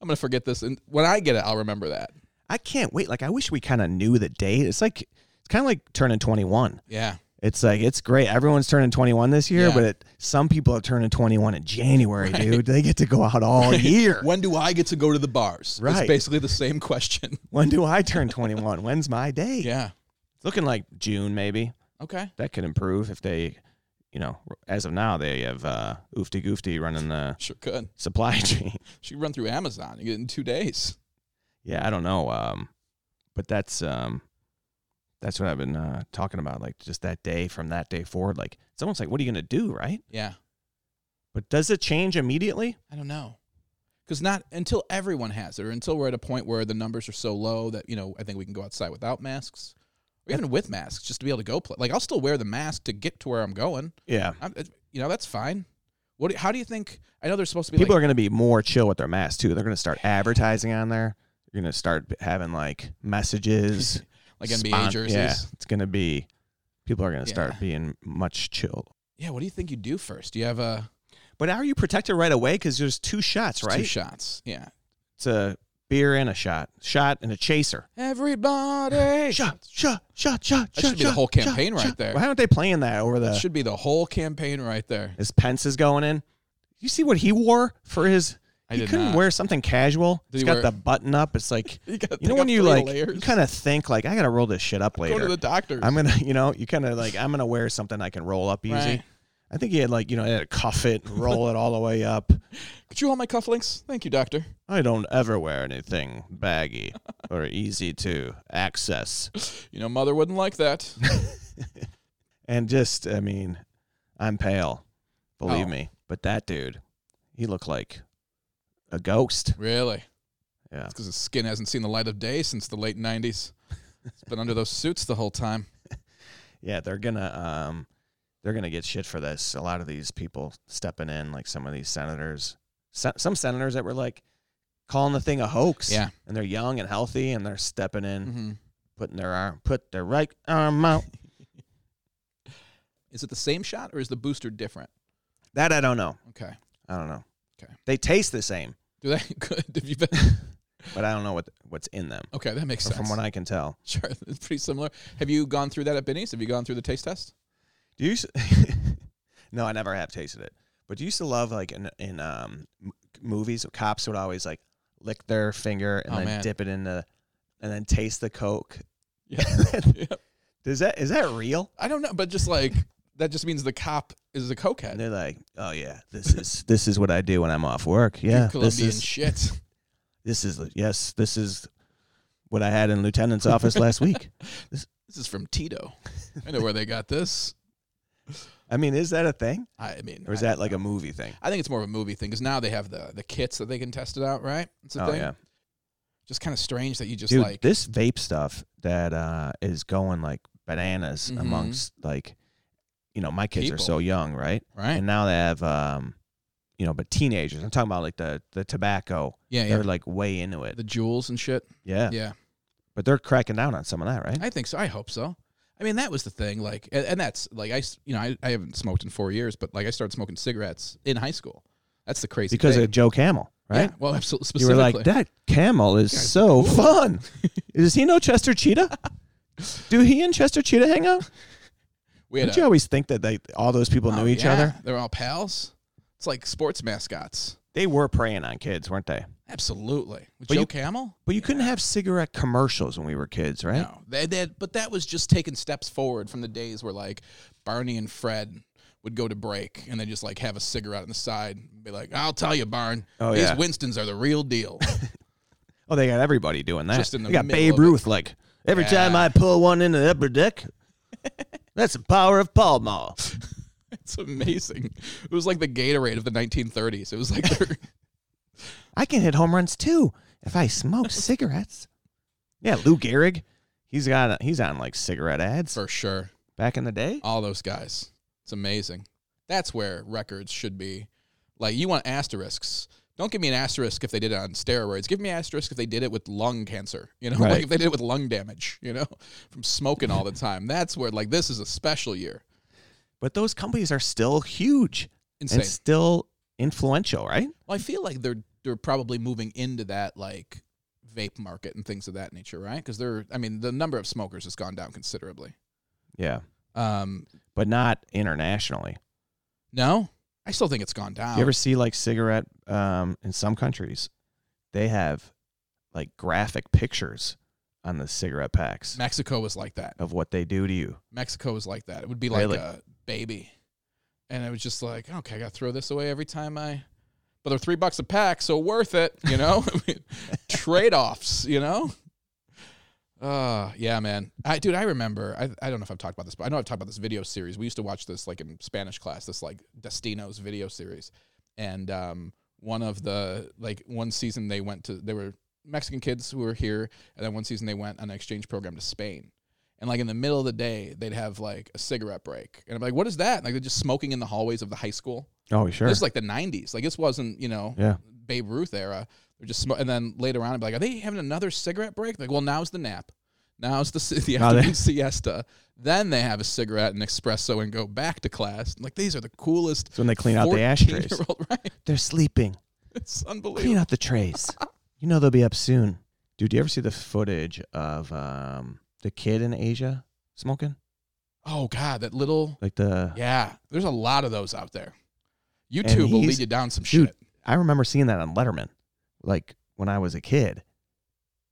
I'm gonna forget this, and when I get it, I'll remember that. I can't wait. Like I wish we kind of knew the date. It's like it's kind of like turning 21. Yeah, It's like it's great. Everyone's turning 21 this year, Yeah. but it, some people are turning 21 in January, dude. They get to go out all year. when do I get to go to the bars? Right. It's basically the same question. When do I turn 21? When's my day? yeah. It's looking like June maybe. Okay. That could improve if they, you know, as of now they have uh oofty goofty running the Sure could. supply chain. She could run through Amazon. You get it in two days. yeah, I don't know. Um, but that's um, that's what I've been uh, talking about. Like just that day from that day forward. Like it's almost like, what are you gonna do, right? Yeah. But does it change immediately? I don't know. Because not until everyone has it, or until we're at a point where the numbers are so low that you know I think we can go outside without masks, or even with masks, just to be able to go play. Like I'll still wear the mask to get to where I'm going. Yeah, I'm, it- you know that's fine. What? do- How do you think? I know there's supposed to be people like, are gonna be more chill with their masks too. They're gonna start advertising on there. You're gonna start having like messages, like NBA spon- jerseys. Yeah, Yeah. it's gonna be. People are gonna start Yeah. being much chill. What do you think you do first? Do you have a But are you protected right away? Because there's two shots, two right? shots? Yeah. It's a beer and a shot, shot and a chaser. Everybody. shot, shot, shot, shot. That should be the whole campaign right there. Why aren't they playing that over That the? should be the whole campaign right there. As Pence is going in, you see what he wore for his. I he did couldn't not. wear something casual. Did He's he got wear- the button up. It's like You, gotta you know take when off you three like you layers. kind of think like I gotta roll this shit up go to later. the doctor. I'm gonna you know you kind of like I'm gonna wear something I can roll up easy. Right. I think he had like you know he had to cuff it, and roll it all the way up. Could you hold my cufflinks? Thank you, doctor. I don't ever wear anything baggy or easy to access. You know, mother wouldn't like that. And just, I mean, I'm pale, believe Oh. me. But that dude, he looked like a ghost. really? Yeah. It's because his skin hasn't seen the light of day since the late 90s. It's been under those suits the whole time. Yeah, they're gonna, um, they're gonna get shit for this. A lot of these people stepping in, like some of these senators, se- some senators that were like calling the thing a hoax. Yeah. And they're young and healthy, and they're stepping in, hmm putting their arm, put their right arm out. Is it the same shot or is the booster different? That I don't know. Okay. I don't know. Okay. They taste the same, Do they? Good. Have you been? but I don't know what what's in them. Okay, that makes But sense. From what I can tell. sure. It's pretty similar. Have you gone through that at Benny's? Have you gone through the taste test? Do you? s- no, I never have tasted it. But do you used to love like in in um m- movies, cops would always like lick their finger and Oh, then man. dip it in the, and then taste the coke. Yeah. Yep. Does that is that real? I don't know, but just like, that just means the cop is a And cokehead. they're like, oh yeah, this is this is what I do when I'm off work. Yeah, this Colombian is shit. this is yes, this is what I had in lieutenant's office last week. This is from Tito. I know where they got this. I mean, is that a thing, I I mean, or is I- that like a movie thing? I think it's more of a movie thing because now they have the the kits that they can test it out, right? It's a oh thing. yeah, Just kind of strange that you just dude, like this vape stuff that uh, is going like bananas Mhm. amongst like, you know, my kids are People. Eh. so young, right? right. And now they have, um, you know, but teenagers. I'm talking about like the the tobacco. Yeah, yeah. They're like way into it. The jewels and shit. Yeah. yeah. but they're cracking down on some of that, right? I think so. I hope so. I mean, that was the thing. Like, and, and that's like I, s- you know, I, I haven't smoked in four years, but like I started smoking cigarettes in high school. That's the crazy Because thing. of Joe Camel, right? Yeah, well, absolutely. You were Specifically, like, that camel is Yeah, it's so cool." fun. Does he know Chester Cheetah? Do he and Chester Cheetah hang out? we Didn't you always think that they, all those people knew oh, each yeah, other? They're all pals. It's like sports mascots. They were preying on kids, weren't they? Absolutely. With But Joe you- Camel? But you couldn't have cigarette commercials when we were kids, right? No, they, they had- but that was just taking steps forward from the days where like Barney and Fred would go to break and they just like have a cigarette on the side and be like, "I'll tell you, Barn, Oh, these yeah. Winstons are the real deal." Oh, they got everybody doing that. Just in the they got middle Babe of it. Ruth, like, every Yeah. time I pull one into the upper deck, that's the power of Pall Mall. it's amazing. It was like the Gatorade of the 1930s. It was like their- I can hit home runs too if I smoke cigarettes. Yeah, Lou Gehrig, he's got he's on like cigarette ads for Uh, sure. back in the day. All those guys. It's amazing. That's where records should be. Like you want asterisks. Don't give me an asterisk if they did it on steroids. Give me an asterisk if they did it with lung cancer. You know, Right. like if they did it with lung damage. You know, from smoking all the time. That's where like this is a special year. But those companies are still huge Insane. and still influential, right? well, I feel like they're they're probably moving into that like vape market and things of that nature, right? Because they're I mean the number of smokers has gone down considerably. Yeah, Um, but not internationally. No, I still think it's gone down. You ever see like cigarette um, in some countries, they have like graphic pictures on the cigarette packs Mexico was like that. of what they do to you. Mexico was like that. It would be like Really? a baby, and it was just like, okay, I got to throw this away every time I. But they're three bucks a pack, so worth it. You know, I mean, trade offs. You know. Uh yeah, man. I dude, I remember. I I don't know if I've talked about this, but I know I've talked about this video series. We used to watch this like in Spanish class. This like Destino's video series, and um one of the like one season they went to they were Mexican kids who were here, and then one season they went on an exchange program to Spain. And like in the middle of the day, they'd have like a cigarette break, and I'm like, "What is that?" And, like they're just smoking in the hallways of the high school. Oh, sure. This is like the '90s. Like this wasn't, you know, yeah. Babe Ruth era. They're just smoking, and then later on, I'd be like, "Are they having another cigarette break?" Like, well, now's the nap. Now's the si- the Now they- afternoon siesta. Then they have a cigarette and espresso and go back to class. Like these are the coolest. It's when they clean out the 14-year-old ashtrays. right? They're sleeping. It's Clean unbelievable. out the trays. you know they'll be up soon. Dude, do you ever see the footage of um, the kid in Asia smoking? Oh God, that little. Like the Yeah, there's a lot of those out there. And YouTube will lead he's- you down some Dude. shit. I remember seeing that on Letterman, like when I was a kid.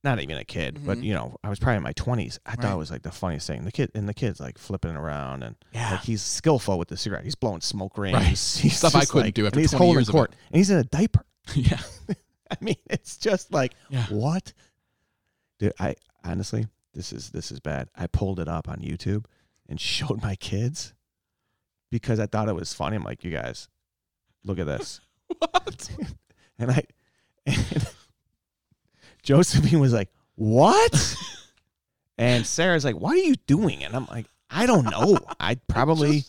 Not even a kid, but Mhm. you know, I was probably in my twenties. I Right. thought it was like the funniest thing. The kid and the kid's like flipping around and Yeah. like he's skillful with the cigarette. He's blowing smoke rings. Ah. Right. He's Stuff I just, couldn't like- do after and he's 20 holding years of it. court. And he's in a diaper. yeah. I mean, it's just like Yeah. what? Dude, I honestly, this is this is bad. I pulled it up on YouTube and showed my kids because I thought it was funny. I'm like, you guys, look at this. What? And I and Josephine was like, What? and Sarah's like, What are you doing? And I'm like, I don't know. I probably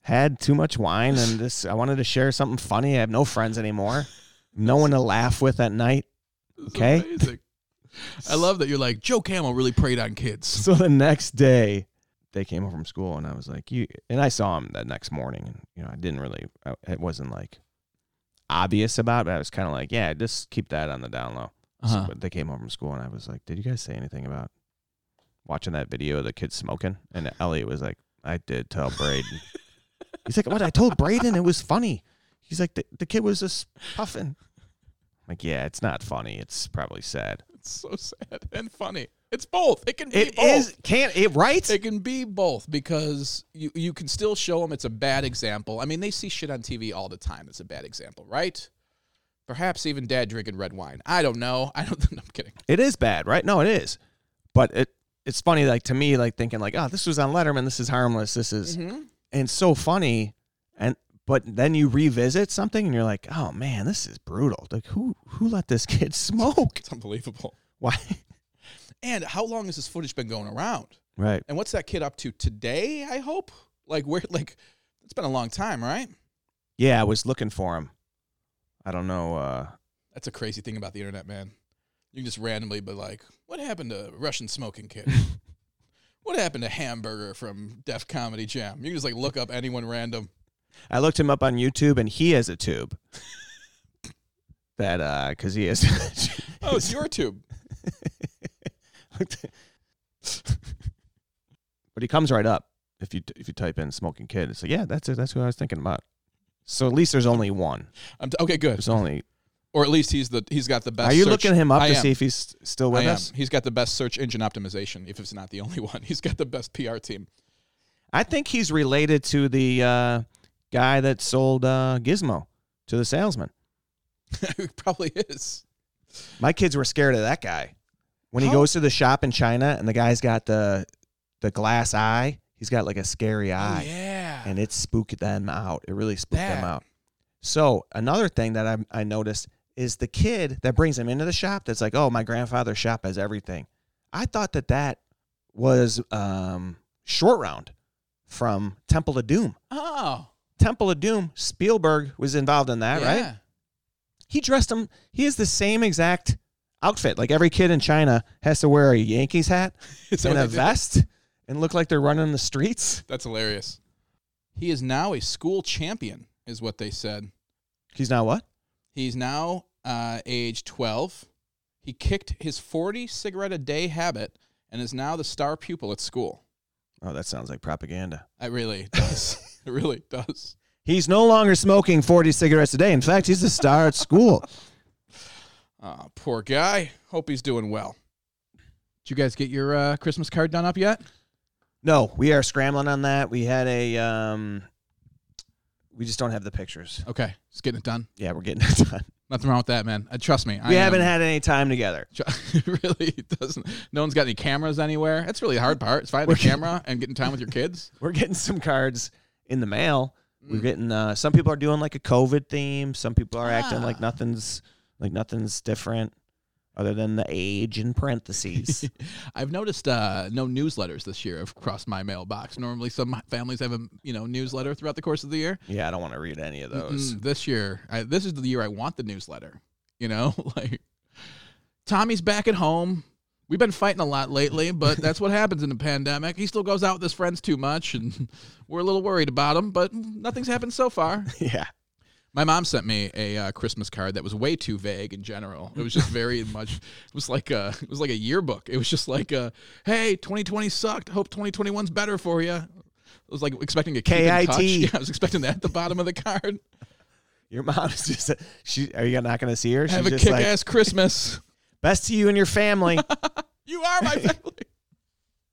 had too much wine and this I wanted to share something funny. I have no friends anymore. No one to laugh with at night. Okay. Amazing. I love that you're like Joe Camel really preyed on kids. So the next day, they came home from school, and I was like, "You." And I saw him that next morning, and you know, I didn't really, I, it wasn't like obvious about, but I was kind of like, "Yeah, just keep that on the down low." So- Uh-huh. but they came home from school, and I was like, "Did you guys say anything about watching that video of the kids smoking?" And Elliot was like, "I did tell Braden." He's like, "What?" I told Braden it was funny. He's like, "The, the kid was just puffing." I'm like, yeah, it's not funny. It's probably sad. It's so sad and funny. It's both. It can be It both. is can't it right? It can be both because you you can still show them it's a bad example. I mean, they see shit on TV all the time. It's a bad example, right? Perhaps even dad drinking red wine. I don't know. I don't. I'm kidding. It is bad, right? No, it is. But it it's funny, like to me, like thinking like, oh, this was on Letterman. This is harmless. This Mm-hmm. is and so funny. And but then you revisit something and you're like, oh man, this is brutal. Like who who let this kid smoke? It's unbelievable. Why? And how long has this footage been going around? Right. And what's that kid up to today? I hope. Like where? Like it's been a long time, right? Yeah, I was looking for him. I don't know. Uh, That's a crazy thing about the internet, man. You can just randomly be like, what happened to Russian smoking kid? what happened to hamburger from Def Comedy Jam? You can just like look up anyone random. I looked him up on YouTube, and he has a tube. that uh, because he is. Oh, it's your tube. but he comes right up if you if you type in smoking kid. It's like yeah, that's it. That's who I was thinking about. So at least there's only one. I'm t- okay, good. There's only. Or at least he's the he's got the best. Are you search- looking him up I to am. see if he's still I with am. us? He's got the best search engine optimization. If it's not the only one, he's got the best PR team. I think he's related to the uh, guy that sold uh, Gizmo to the salesman. he probably is. My kids were scared of that guy. When How- he goes to the shop in China and the guy's got the the glass eye, he's got like a scary Oh, eye. yeah. and it spooked them out. It really spooked That- them out. So another thing that I, I noticed is the kid that brings him into the shop. That's like, oh, my grandfather's shop has everything. I thought that that was um, short round from Temple of Doom. oh, Temple of Doom. Spielberg was involved in that, right? yeah. He dressed him. He has the same exact outfit. Like every kid in China has to wear a Yankees hat Is that and what a they did? vest and look like they're running the streets. That's hilarious. He is now a school champion, is what they said. He's not what? He's now uh, age 12. He kicked his 40 cigarette a day habit and is now the star pupil at school. Oh, that sounds like propaganda. It really does. it really does. He's no longer smoking 40 cigarettes a day. In fact, he's a star at school. Oh, poor guy. Hope he's doing well. Did you guys get your uh, Christmas card done up yet? No, we are scrambling on that. We had a, um, we just don't have the pictures. Okay, just getting it done. Yeah, we're getting it done. Nothing wrong with that, man. Uh, trust me. We haven't had any time together. It really doesn't. No one's got any cameras anywhere. That's really the hard part. It's finding a We're- camera and getting time with your kids. We're getting some cards in the mail. We're Mm. getting, uh, some people are doing like a COVID theme. Some people are acting Ah. like nothing's, like nothing's different other than the age in parentheses. I've noticed uh, no newsletters this year have crossed my mailbox. Normally, some families have a you know newsletter throughout the course of the year. yeah, I don't want to read any of those. Mm-mm, this year, I, this is the year I want the newsletter. You know, like Tommy's back at home. We've been fighting a lot lately, but that's what happens in the pandemic. He still goes out with his friends too much, and we're a little worried about him. But nothing's happened so far. Yeah. My mom sent me a uh, Christmas card that was way too vague in general. It was just very much. It was like a. It was like a yearbook. It was just like a. Hey, 2020 sucked. Hope 2021's better for you. I was like expecting a keep in touch. KIT. Yeah, I was expecting that at the bottom of the card. Your mom's just, she, are you not going to see her? She's Have a just kick like, ass Christmas. best to you and your family. You are my family.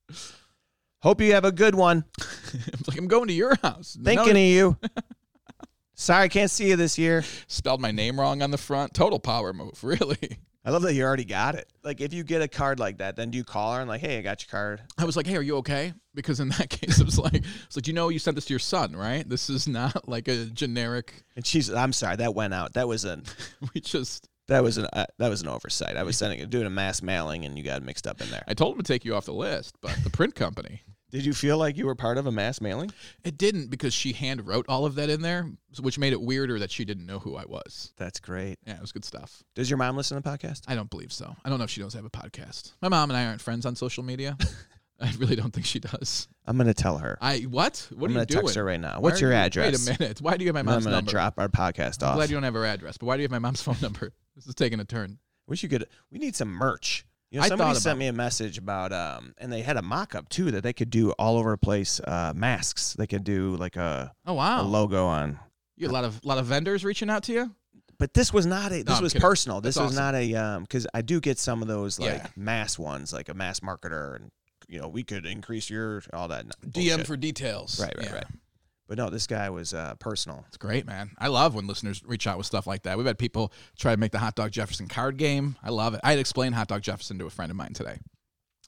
Hope you have a good one. I'm like I'm going to your house. Thinking No, of you. Sorry, can't see you this year. spelled my name wrong on the front. Total power move, really. I love that you already got it. Like, if you get a card like that, then do you call her and like, hey, I got your card? I was like, "Hey, are you okay?" Because in that case, it was like, "It's like you know, you sent this to your son, right? This is not like a generic. And she's, I'm sorry, that went out. That was an, We just." that was an, uh, that was an oversight. I was sending it, doing a mass mailing, and you got mixed up in there. I told him to take you off the list, but the print company. Did you feel like you were part of a mass mailing? It didn't because she hand wrote all of that in there, so- which made it weirder that she didn't know who I was. That's great. Yeah, it was good stuff. Does your mom listen to the podcast? I don't believe so. I don't know if she does have a podcast. My mom and I aren't friends on social media. I really don't think she does. I'm gonna tell her. I what? What I'm gonna are you doing? text her right now. Why What's are your you- address? Wait a minute. Why do you have my I'm mom's gonna number? drop our podcast I'm off. glad you don't have her address, but why do you have my mom's phone number? This is taking a turn. We should get. We need some merch. You know, I somebody thought about sent me a message about, um, and they had a mock-up too that they could do all over the place uh, masks. They could do like a, Oh a wow, logo on. you got a lot of lot of vendors reaching out to you. But this was not a. This I'm was kidding. personal. This That's was not a. Um, because I do get some of those like Yeah. mass ones, like a mass marketer, and you know we could increase your all that. n- DM bullshit. for details. Right, right, Yeah. right. But no, this guy was uh, personal. It's great, man. I love when listeners reach out with stuff like that. We've had people try to make the Hot Dog Jefferson card game. I love it. I had explained Hot Dog Jefferson to a friend of mine today.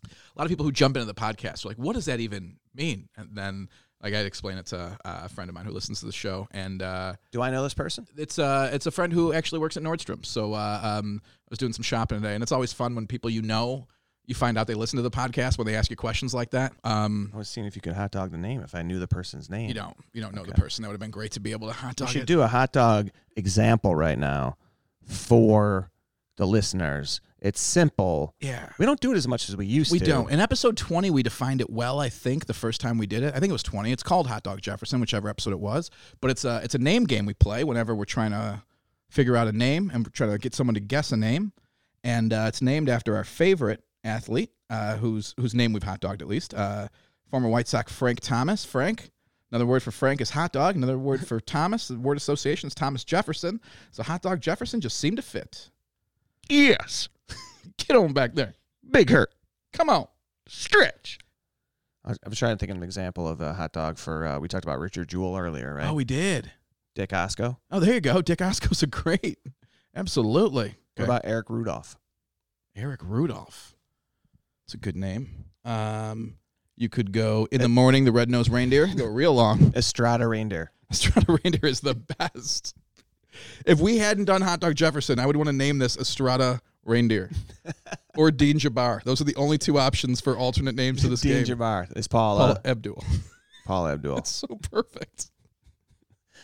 A lot of people who jump into the podcast are like, what does that even mean? And then, like, I'd explain it to uh, a friend of mine who listens to the show. And uh, Do I know this person? it's, uh, it's a friend who actually works at Nordstrom. So uh, um, I was doing some shopping today, and it's always fun when people you know. You find out they listen to the podcast when they ask you questions like that. Um, I was seeing if you could hot dog the name if I knew the person's name. you don't, you don't know the person. That would have been great to be able to hot we dog should it. do a hot dog example right now for the listeners. It's simple. yeah, We don't do it as much as we used We to. don't. In episode 20, we defined it well, I think, the first time we did it. I think it was 20. It's called Hot Dog Jefferson, whichever episode it was. But it's a, it's a name game we play whenever we're trying to figure out a name and try to get someone to guess a name. And uh, it's named after our favorite athlete, uh, whose, whose name we've hot dogged at least, uh, former White Sox Frank Thomas. Frank. Another word for Frank is hot dog. Another word for Thomas. The word association is Thomas Jefferson. So hot dog Jefferson just seemed to fit. Yes. Get on back there. Big hurt. Come on. Stretch. I was, I was trying to think of an example of a hot dog for, uh, we talked about Richard Jewell earlier, right? Oh, we did. Dick Osco. Oh, there you go. Dick Osco's a great. Absolutely. What about Eric Rudolph? Eric Rudolph? It's a good name. Um, you could go in the morning, the red nosed reindeer. Go real long. Estrada Reindeer. Estrada reindeer is the best. If we hadn't done Hot Dog Jefferson, I would want to name this Estrada reindeer or Dean Jabbar. Those are the only two options for alternate names to this Dean game. Jabbar. It's Paul Paula. Abdul. Paul Abdul. That's so perfect.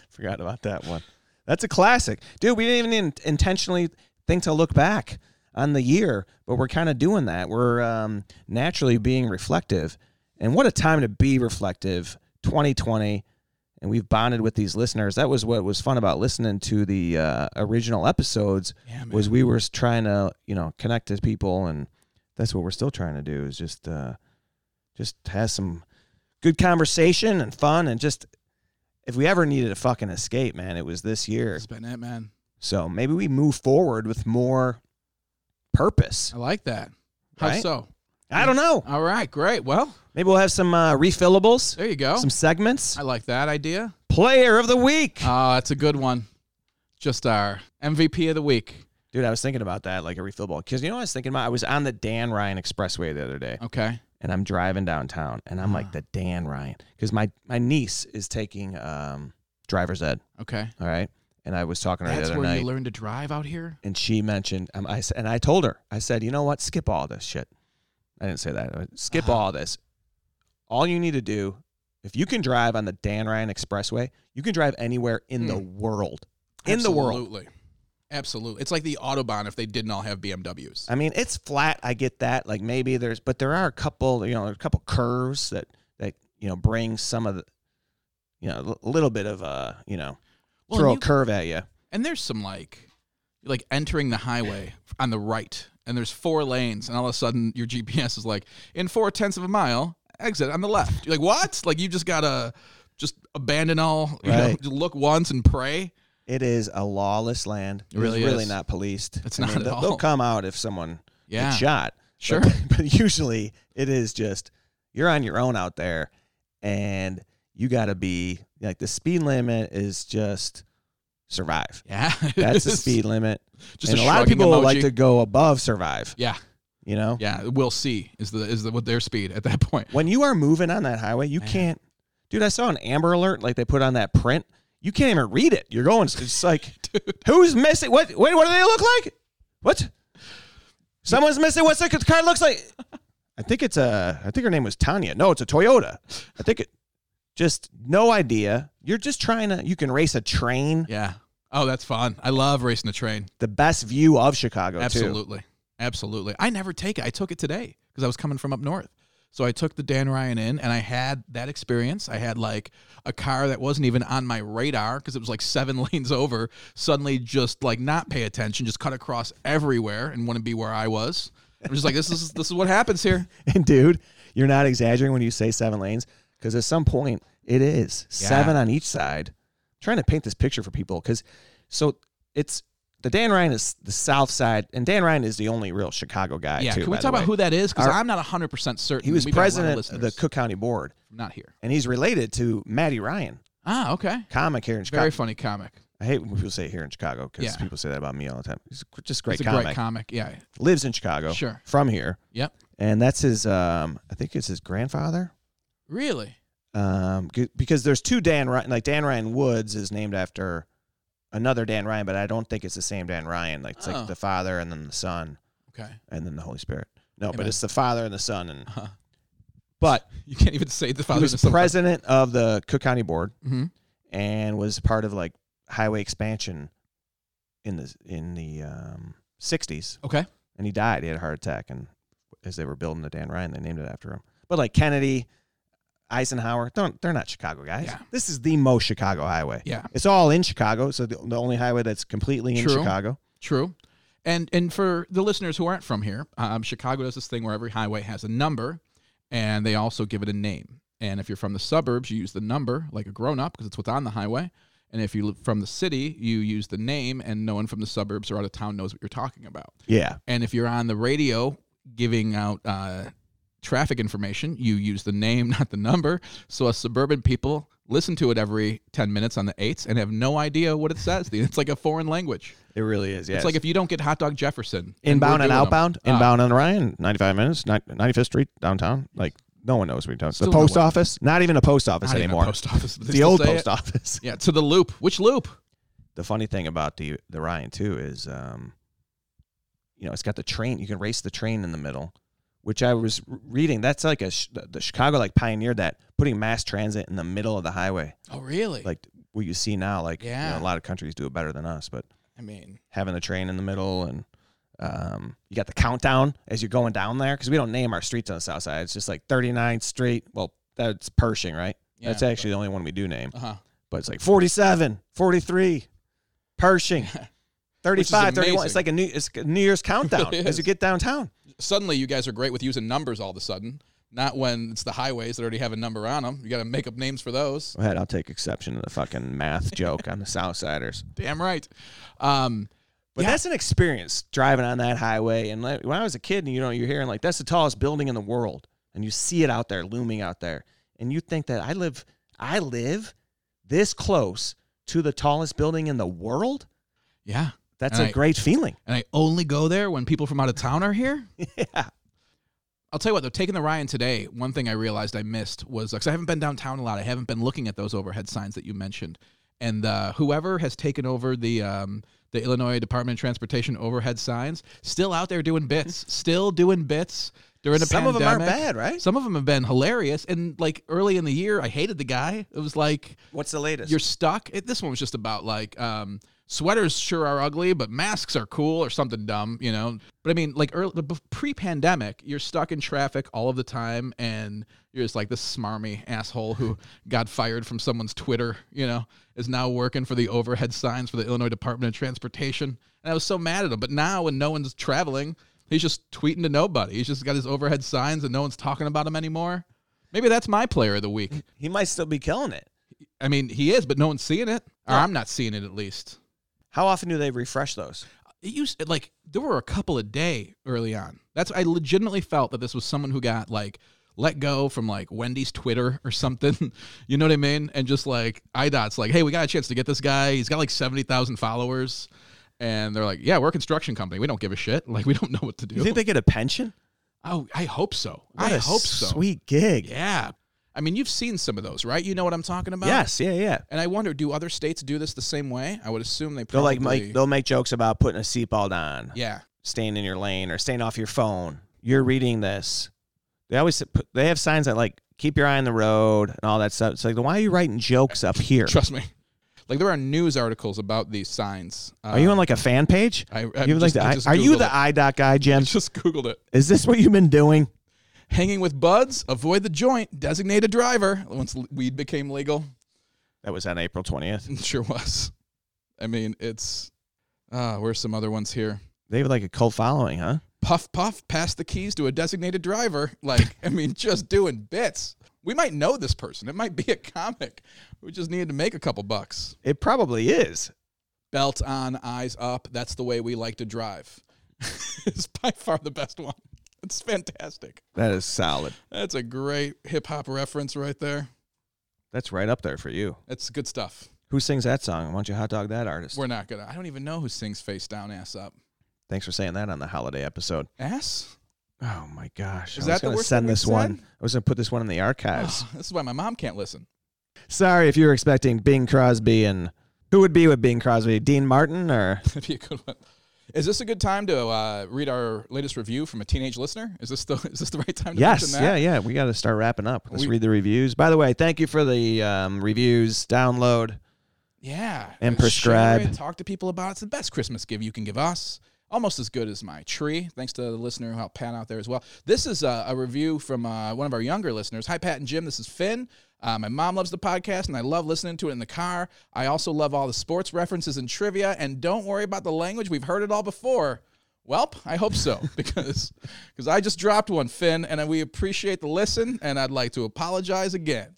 Forgot about that one. That's a classic. Dude, we didn't even in- intentionally think to look back on the year, but we're kind of doing that. We're um, naturally being reflective. And what a time to be reflective 2020. And we've bonded with these listeners. That was what was fun about listening to the uh, original episodes Yeah, man. was we were s- trying to, you know, connect to people. And that's what we're still trying to do is just, uh, just have some good conversation and fun and just if we ever needed a fucking escape, man, it was this year. That's been it, man. So maybe we move forward with more purpose. I like that. How Right? so? I don't know. All right, great. Well, Maybe we'll have some uh, refillables, there you go. some segments. Oh. I like that idea. Player of the week. Oh, that's a good one. Just our MVP of the week. Dude, I was thinking about that, like a refillable. Because you know what I was thinking about? I was on the Dan Ryan Expressway the other day. Okay. and I'm driving downtown, and I'm Ah. like the Dan Ryan because my my niece is taking um, driver's ed. Okay. All right, and I was talking to her That's the other where night, you learn to drive out here. and she mentioned um, I s- and I told her I said, you know what, skip all this shit. I didn't say that. I went, Skip Uh-huh. all this. All you need to do, if you can drive on the Dan Ryan Expressway, you can drive anywhere in the world. In the world. Hmm. Absolutely. Absolutely. It's like the Autobahn if they didn't all have BMWs. I mean, it's flat. I get that. Like maybe there's, but there are a couple, you know, a couple curves that that you know bring some of the, you know, a little bit of uh, you know, Well, throw a and you- curve at you. And there's some like like entering the highway on the right and there's four lanes and all of a sudden your GPS is like in four tenths of a mile, exit on the left. You're like, what? Like you just gotta just abandon all you know, Right. just look once and pray. It is a lawless land. It really really is. not policed. It's I not mean, at they'll- all. They'll come out if someone Yeah. gets shot. But- Sure. But, usually it is just you're on your own out there, and you got to be like the speed limit is just survive. Yeah. That's the speed limit. Just and a, lot of shrugging people like emoji. to go above survive. Yeah. You know. Yeah, we'll see. Is the is the what their speed at that point? When you are moving on that highway, you Man. can't. Dude, I saw an amber alert like they put on that print. You can't even read it. You're going. It's like, who's missing? What? Wait, what do they look like? What? Someone's missing. What's the car looks like? I think it's a. I think her name was Tanya. No, it's a Toyota. I think it. Just no idea. You're just trying to. You can race a train. Yeah. Oh, that's fun. I love racing the train. The best view of Chicago. Too. Absolutely. Absolutely. I never take it. I took it today because I was coming from up north. So I took the Dan Ryan in and I had that experience. I had like a car that wasn't even on my radar because it was like seven lanes over, suddenly just like not pay attention, just cut across everywhere and want to be where I was. I'm just like, this is this is what happens here. And dude, you're not exaggerating when you say seven lanes, because at some point it is Yeah. seven on each side. trying to paint this picture for people, because so it's the Dan Ryan is the South Side, and Dan Ryan is the only real Chicago guy. Yeah. too, Can we by talk the about way. who that is? Because Our- I'm not 100% certain. he was We've got a lot president of the listeners Cook County Board, not here. and he's related to Matty Ryan, Ah, okay. Comic here in Chicago. Very funny comic. I hate when people say here in Chicago because Yeah. people say that about me all the time. He's a- just a great it's a comic. great comic. Yeah. Lives in Chicago. Sure. From here. Yep. And that's his. Um, I think it's his grandfather. Really? Um, g- because there's two Dan Ryan. Like Dan Ryan Woods is named after another Dan Ryan, but I don't think it's the same Dan Ryan. Like it's Oh. like the father and then the son Okay. and then the Holy Spirit. No, but Amen. it's the father and the son. And Uh-huh. but You can't even say the he father. was to somebody. president of the Cook County Board Mhm. and was part of like highway expansion in the in the um, 60s. Okay. and he died. He had a heart attack, and as they were building the Dan Ryan, they named it after him. But like Kennedy, Eisenhower, don't they're not Chicago guys. Yeah. This is the most Chicago highway. Yeah. It's all in Chicago, so the, the only highway that's completely in True. Chicago. True. And and for the listeners who aren't from here, um, Chicago does this thing where every highway has a number, and they also give it a name. And if you're from the suburbs, you use the number like a grown up because it's what's on the highway. And if you live from the city, you use the name, and no one from the suburbs or out of town knows what you're talking about. Yeah, And if you're on the radio giving out uh, traffic information, you use the name, not the number. So us suburban people listen to it every 10 minutes on the eights and have no idea what it says. It's like a foreign language. it really is. Yeah, It's like if you don't get hot dog Jefferson. inbound and we're doing them. outbound, Ah. inbound on Ryan, ninety five minutes, ninety fifth Street downtown. Like no one knows what you're talking. Still The no post one. office, not even a post office Not even a anymore. post office. but they the still old say post it. office. Yeah, to the loop. Which loop? the funny thing about the the Ryan too is, um, you know, it's got the train. You can race the train in the middle, which I was r- reading. That's like a sh- the- the Chicago like pioneered that putting mass transit in the middle of the highway, Oh, really? like what you see now. Like you know, Yeah. a lot of countries do it better than us, but I mean, having the train in the middle and um, you got the countdown as you're going down there because we don't name our streets on the south side. It's just like 39th Street. Well, that's Pershing, right? yeah, that's actually the only one we do name Uh huh. but it's like 47, 43, Pershing, Yeah. 35, 31. amazing. It's like a new, it's a New Year's countdown really as you is. get downtown. Suddenly, you guys are great with using numbers all of a sudden. Not when it's the highways that already have a number on them. You got to make up names for those. Go ahead, I'll take exception to the fucking math joke on the Southsiders. Damn right. Um, But Yeah. that's an experience driving on that highway. And like, when I was a kid, and you know, you're hearing like that's the tallest building in the world, and you see it out there looming out there, and you think that I live, I live this close to the tallest building in the world. yeah. That's Right. a great feeling. And I only go there when people from out of town are here. Yeah. I'll tell you what, though, taking the Ryan today, one thing I realized I missed was because I haven't been downtown a lot. I haven't been looking at those overhead signs that you mentioned. And uh, whoever has taken over the um, the Illinois Department of Transportation overhead signs, still out there doing bits, still doing bits during the Some pandemic. of them aren't bad, right? Some of them have been hilarious. And like early in the year, I hated the guy. It was like What's the latest? you're stuck. It, this one was just about like um, sweaters sure are ugly, but masks are cool or something dumb, you know. But I mean, like early, the bef- pre-pandemic, you're stuck in traffic all of the time, and you're just like this smarmy asshole who got fired from someone's Twitter, you know, is now working for the overhead signs for the Illinois Department of Transportation. And I was so mad at him. But now, when no one's traveling, he's just tweeting to nobody. He's just got his overhead signs, and no one's talking about him anymore. Maybe that's my player of the week. he might still be killing it. I mean, he is, but no one's seeing it. Or Yeah. I'm not seeing it at least. How often do they refresh those? It used like there were a couple a day early on. That's I legitimately felt that this was someone who got like let go from like Wendy's Twitter or something. you know what I mean? And just like IDOT's like, hey, we got a chance to get this guy. He's got like seventy thousand followers. And they're like, yeah, we're a construction company. We don't give a shit. Like, we don't know what to do. You think they get a pension? oh, I hope so. What I a hope so. Sweet gig. Yeah. I mean, you've seen some of those, right? You know what I'm talking about? Yes, yeah, yeah. And I wonder, do other states do this the same way? I would assume they They'll probably like make they'll make jokes about putting a seatbelt on, yeah, staying in your lane, or staying off your phone. You're reading this. They always put, they have signs that like keep your eye on the road and all that stuff. It's like then why are you writing jokes up here? trust me. Like there are news articles about these signs. Uh, Are you on like a fan page? I, I You have, like just, the, I I- just are you Googled the it. eye dot guy, Jim? I just Googled it. Is this what you've been doing? Hanging with buds, avoid the joint, designate a driver. Once l- weed became legal, That was on April twentieth. it sure was. I mean, it's. Uh, where's some other ones here? They have like a cult following, huh? Puff puff, pass the keys to a designated driver. Like, I mean, just doing bits. We might know this person. It might be a comic. We just needed to make a couple bucks. It probably is. belt on, eyes up. That's the way we like to drive. it's by far the best one. It's fantastic. That is solid. That's a great hip hop reference right there. That's right up there for you. It's good stuff. Who sings that song? Why don't you hot dog that artist? We're not gonna. I don't even know who sings face down, ass up. Thanks for saying that on the holiday episode. Ass? Oh my gosh. Is I was that the gonna worst send thing we've this one. said? I was gonna put this one in the archives. Ugh, this is why my mom can't listen. Sorry if you were expecting Bing Crosby and who would be with Bing Crosby? Dean Martin or That'd be a good one. Is this a good time to uh, read our latest review from a teenage listener? Is this the is this the right time to Yes, mention yeah, that? yeah. We got to start wrapping up. Let's We- read the reviews. By the way, thank you for the um, reviews, download. Yeah. And Share prescribe. it, talk to people about it. It's the best Christmas gift you can give us. Almost as good as my tree. Thanks to the listener who helped Pat out there as well. This is a, a review from uh, one of our younger listeners. Hi, Pat and Jim. This is Finn. Uh, my mom loves the podcast, and I love listening to it in the car. I also love all the sports references and trivia. And don't worry about the language; we've heard it all before. Welp, I hope so because because I just dropped one, Finn, and we appreciate the listen. And I'd like to apologize again.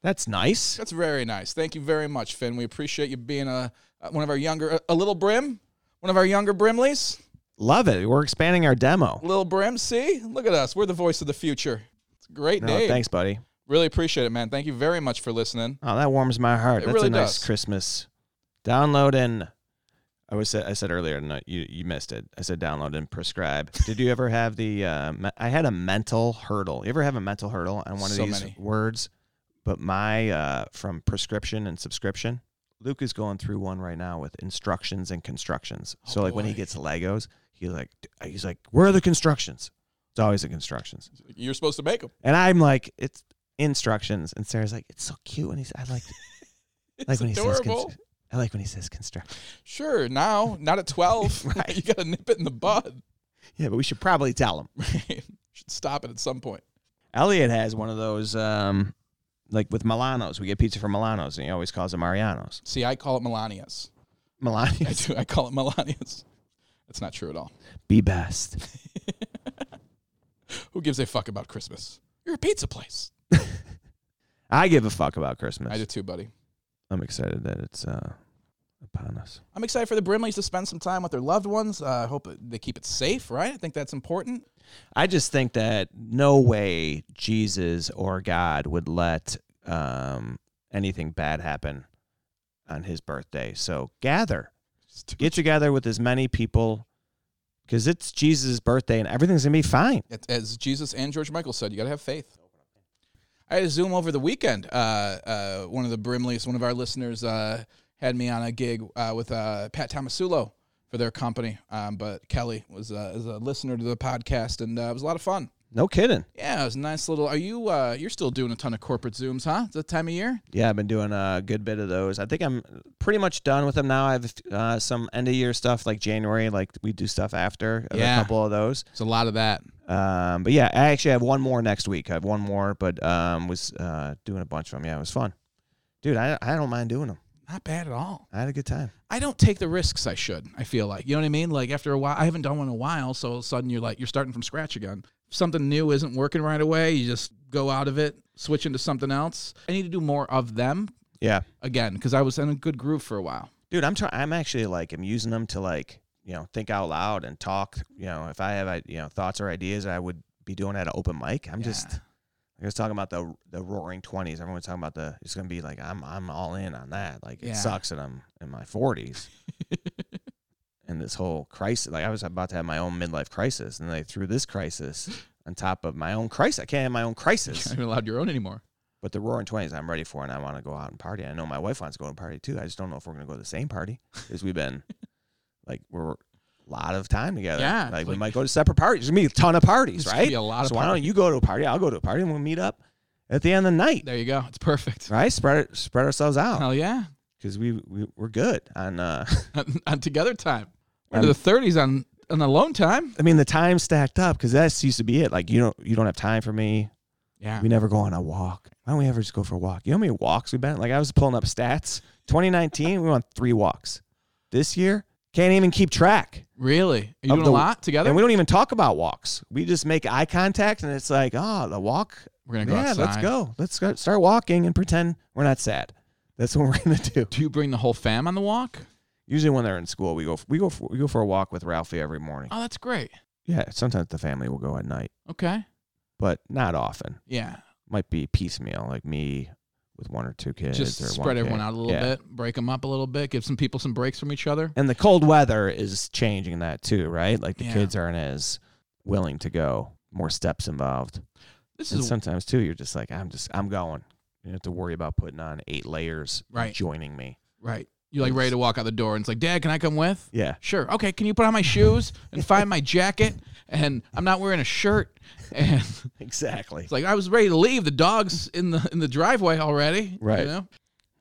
That's nice. That's very nice. Thank you very much, Finn. We appreciate you being a, uh one of our younger, a, a little brim, one of our younger brimleys. Love it. We're expanding our demo. Little brim, see? Look at us. We're the voice of the future. It's a great No, day. thanks, buddy. Really appreciate it, man. Thank you very much for listening. Oh, that warms my heart. It That's really a nice does. Christmas. Download and I was I said earlier, no, you you missed it. I said download and prescribe. Did you ever have the? Uh, me- I had a mental hurdle. You ever have a mental hurdle on one of So these many. words? But my uh, from prescription and subscription. Luke is going through one right now with instructions and constructions. Oh, so like when he boy. gets Legos, he's like he's like, where are the constructions? It's always the constructions. You're supposed to make them. And I'm like, it's instructions. And Sarah's like, it's so cute. And he's, I like, It's like when he says, adorable. const- I like when he says construction. Sure, now, not at 12. Right. you got to nip it in the bud. Yeah, but we should probably tell him. Should stop it at some point. Elliot has one of those, um, like with Milanos. We get pizza from Milanos, and he always calls them Marianos. See, I call it Melania's. I Milanos, do. I call it Melania's. That's not true at all. be best. Who gives a fuck about Christmas? You're a pizza place. I give a fuck about Christmas. I do too, buddy. I'm excited that it's uh, upon us. I'm excited for the Brimleys to spend some time with their loved ones. Uh, I hope they keep it safe, right? I think that's important. I just think that no way Jesus or God would let um, anything bad happen on his birthday. So gather. get together with as many people because it's Jesus' birthday and everything's gonna be fine. It- As Jesus and George Michael said, you got to have faith. I had a Zoom over the weekend. Uh, uh, one of the Brimleys, one of our listeners, uh, had me on a gig uh, with uh, Pat Tomasulo for their company. Um, but Kelly was uh, is a listener to the podcast, and uh, it was a lot of fun. No kidding. Yeah, it was a nice little. Are you? Uh, you're still doing a ton of corporate Zooms, huh? It's that time of year. Yeah, I've been doing a good bit of those. I think I'm pretty much done with them now. I have uh, some end of year stuff like January, like we do stuff after I have Yeah. a couple of those. It's a lot of that. Um, but yeah, I actually have one more next week. I have one more, but um, was uh, doing a bunch of them. Yeah, it was fun, dude. I I don't mind doing them. Not bad at all. I had a good time. I don't take the risks I should. I feel like you know what I mean. Like after a while, I haven't done one in a while, so all of a sudden you're like you're starting from scratch again. If something new isn't working right away, you just go out of it, switch into something else. I need to do more of them Yeah, again because I was in a good groove for a while. dude i'm trying i'm actually like i'm using them to like you know think out loud and talk you know if i have I you know thoughts or ideas i would be doing at an open mic i'm Yeah. just i was talking about the the roaring 20s everyone's talking about the it's gonna be like i'm i'm all in on that like Yeah. it sucks that i'm in my 40s and this whole crisis like i was about to have my own midlife crisis and they threw this crisis on top of my own crisis i can't have my own You're crisis not even allowed your own anymore. but the roaring twenties, I'm ready for, and I want to go out and party. I know my wife wants to go and party too. I just don't know if we're going to go to the same party because we've been like we're a lot of time together. Yeah, like, it's we like- might go to separate parties. There's gonna be a ton of parties, There's gonna right? be a lot of so why don't parties. you go to a party? I'll go to a party, and we'll meet up at the end of the night, There you go. It's perfect. right? Spread it- spread ourselves out Hell yeah! because we, we we're good on. uh on together time. We're Um, to the thirties on on alone time. I mean, the time stacked up because that used to be it. Like you don't you don't have time for me. Yeah. We never go on a walk. Why don't we ever just go for a walk? You know how many walks we've been? Like I was pulling up stats. 2019, we went three walks. This year, can't even keep track. Really? Are you Of doing the- a lot together? And we don't even talk about walks. We just make eye contact and it's like, oh, the walk. We're gonna go Yeah, outside. let's go. Let's go, start walking and pretend we're not sad. That's what we're gonna do. Do you bring the whole fam on the walk? Usually when they're in school, we go we go for, we go for a walk with Ralphie every morning. Oh, that's great. Yeah, sometimes the family will go at night, Okay. but not often. Yeah. Might be piecemeal, like me, with one or two kids just or spread one everyone kid. out a little Yeah. bit, break them up a little bit, give some people some breaks from each other. And the cold weather is changing that too, right? Like the Yeah. kids aren't as willing to go, more steps involved. This And is sometimes too, you're just like, I'm just, I'm going. You don't have to worry about putting on eight layers and Right. joining me. right. You're like ready to walk out the door, and it's like, Dad, can I come with? Yeah. Sure. Okay. Can you put on my shoes and find my jacket? And I'm not wearing a shirt. And Exactly. it's like I was ready to leave. The dog's in the in the driveway already. Right. You know?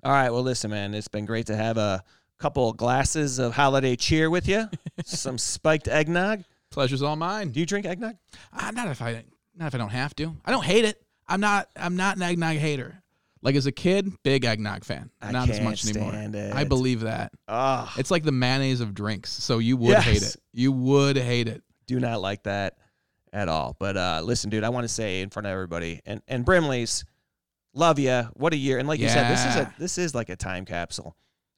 All right. Well, listen, man, it's been great to have a couple of glasses of holiday cheer with you, some spiked eggnog. Pleasure's all mine. Do you drink eggnog? Uh, not if I not if I don't have to. I don't hate it. I'm not I'm not an eggnog hater. Like as a kid, big eggnog fan. I not as can't much anymore. stand it. I believe that. Ah, It's like the mayonnaise of drinks. So you would hate Yes. it. You would hate it. do not like that at all. But uh, listen, dude, I want to say in front of everybody and and Brimley's, love you. What a year! And like you said, this is Yeah. a this is like a time capsule,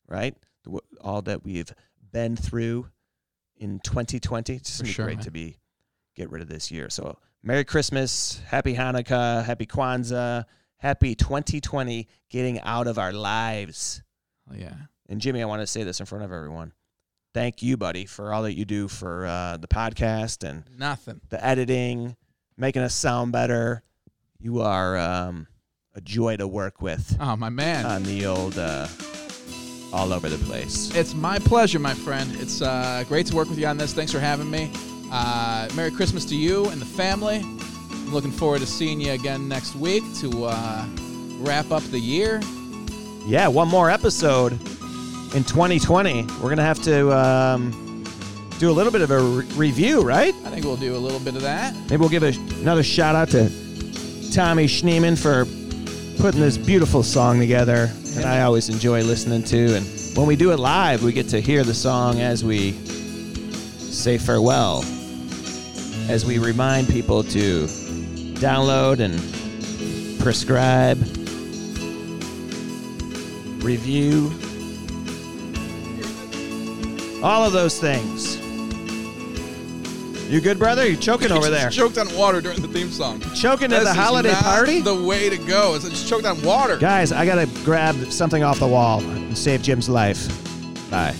right? The w- All that we've been through in 2020. It's just For gonna be sure, great man. to be get rid of this year. So Merry Christmas, Happy Hanukkah, Happy Kwanzaa, Happy 2020, getting out of our lives. Yeah. And Jimmy, I want to say this in front of everyone. Thank you, buddy, for all that you do for uh, the podcast and Nothing. the editing, making us sound better. You are um, a joy to work with Oh my man. on the old, uh, all over the place. It's my pleasure, my friend. It's uh, great to work with you on this. Thanks for having me. Uh, Merry Christmas to you and the family. I'm looking forward to seeing you again next week to uh, wrap up the year. Yeah, one more episode in 2020. We're going to have to um, do a little bit of a re- review, right? I think we'll do a little bit of that. Maybe we'll give a, another shout out to Tommy Schneeman for putting this beautiful song together that I always enjoy listening to. And when we do it live, we get to hear the song as we say farewell, as we remind people to download and prescribe, review, all of those things. You good, brother? You choking over there? Choked on water during the theme song. Choking at the holiday party? The way to go is it's choked on water. Guys, I gotta grab something off the wall and save Jim's life. Bye.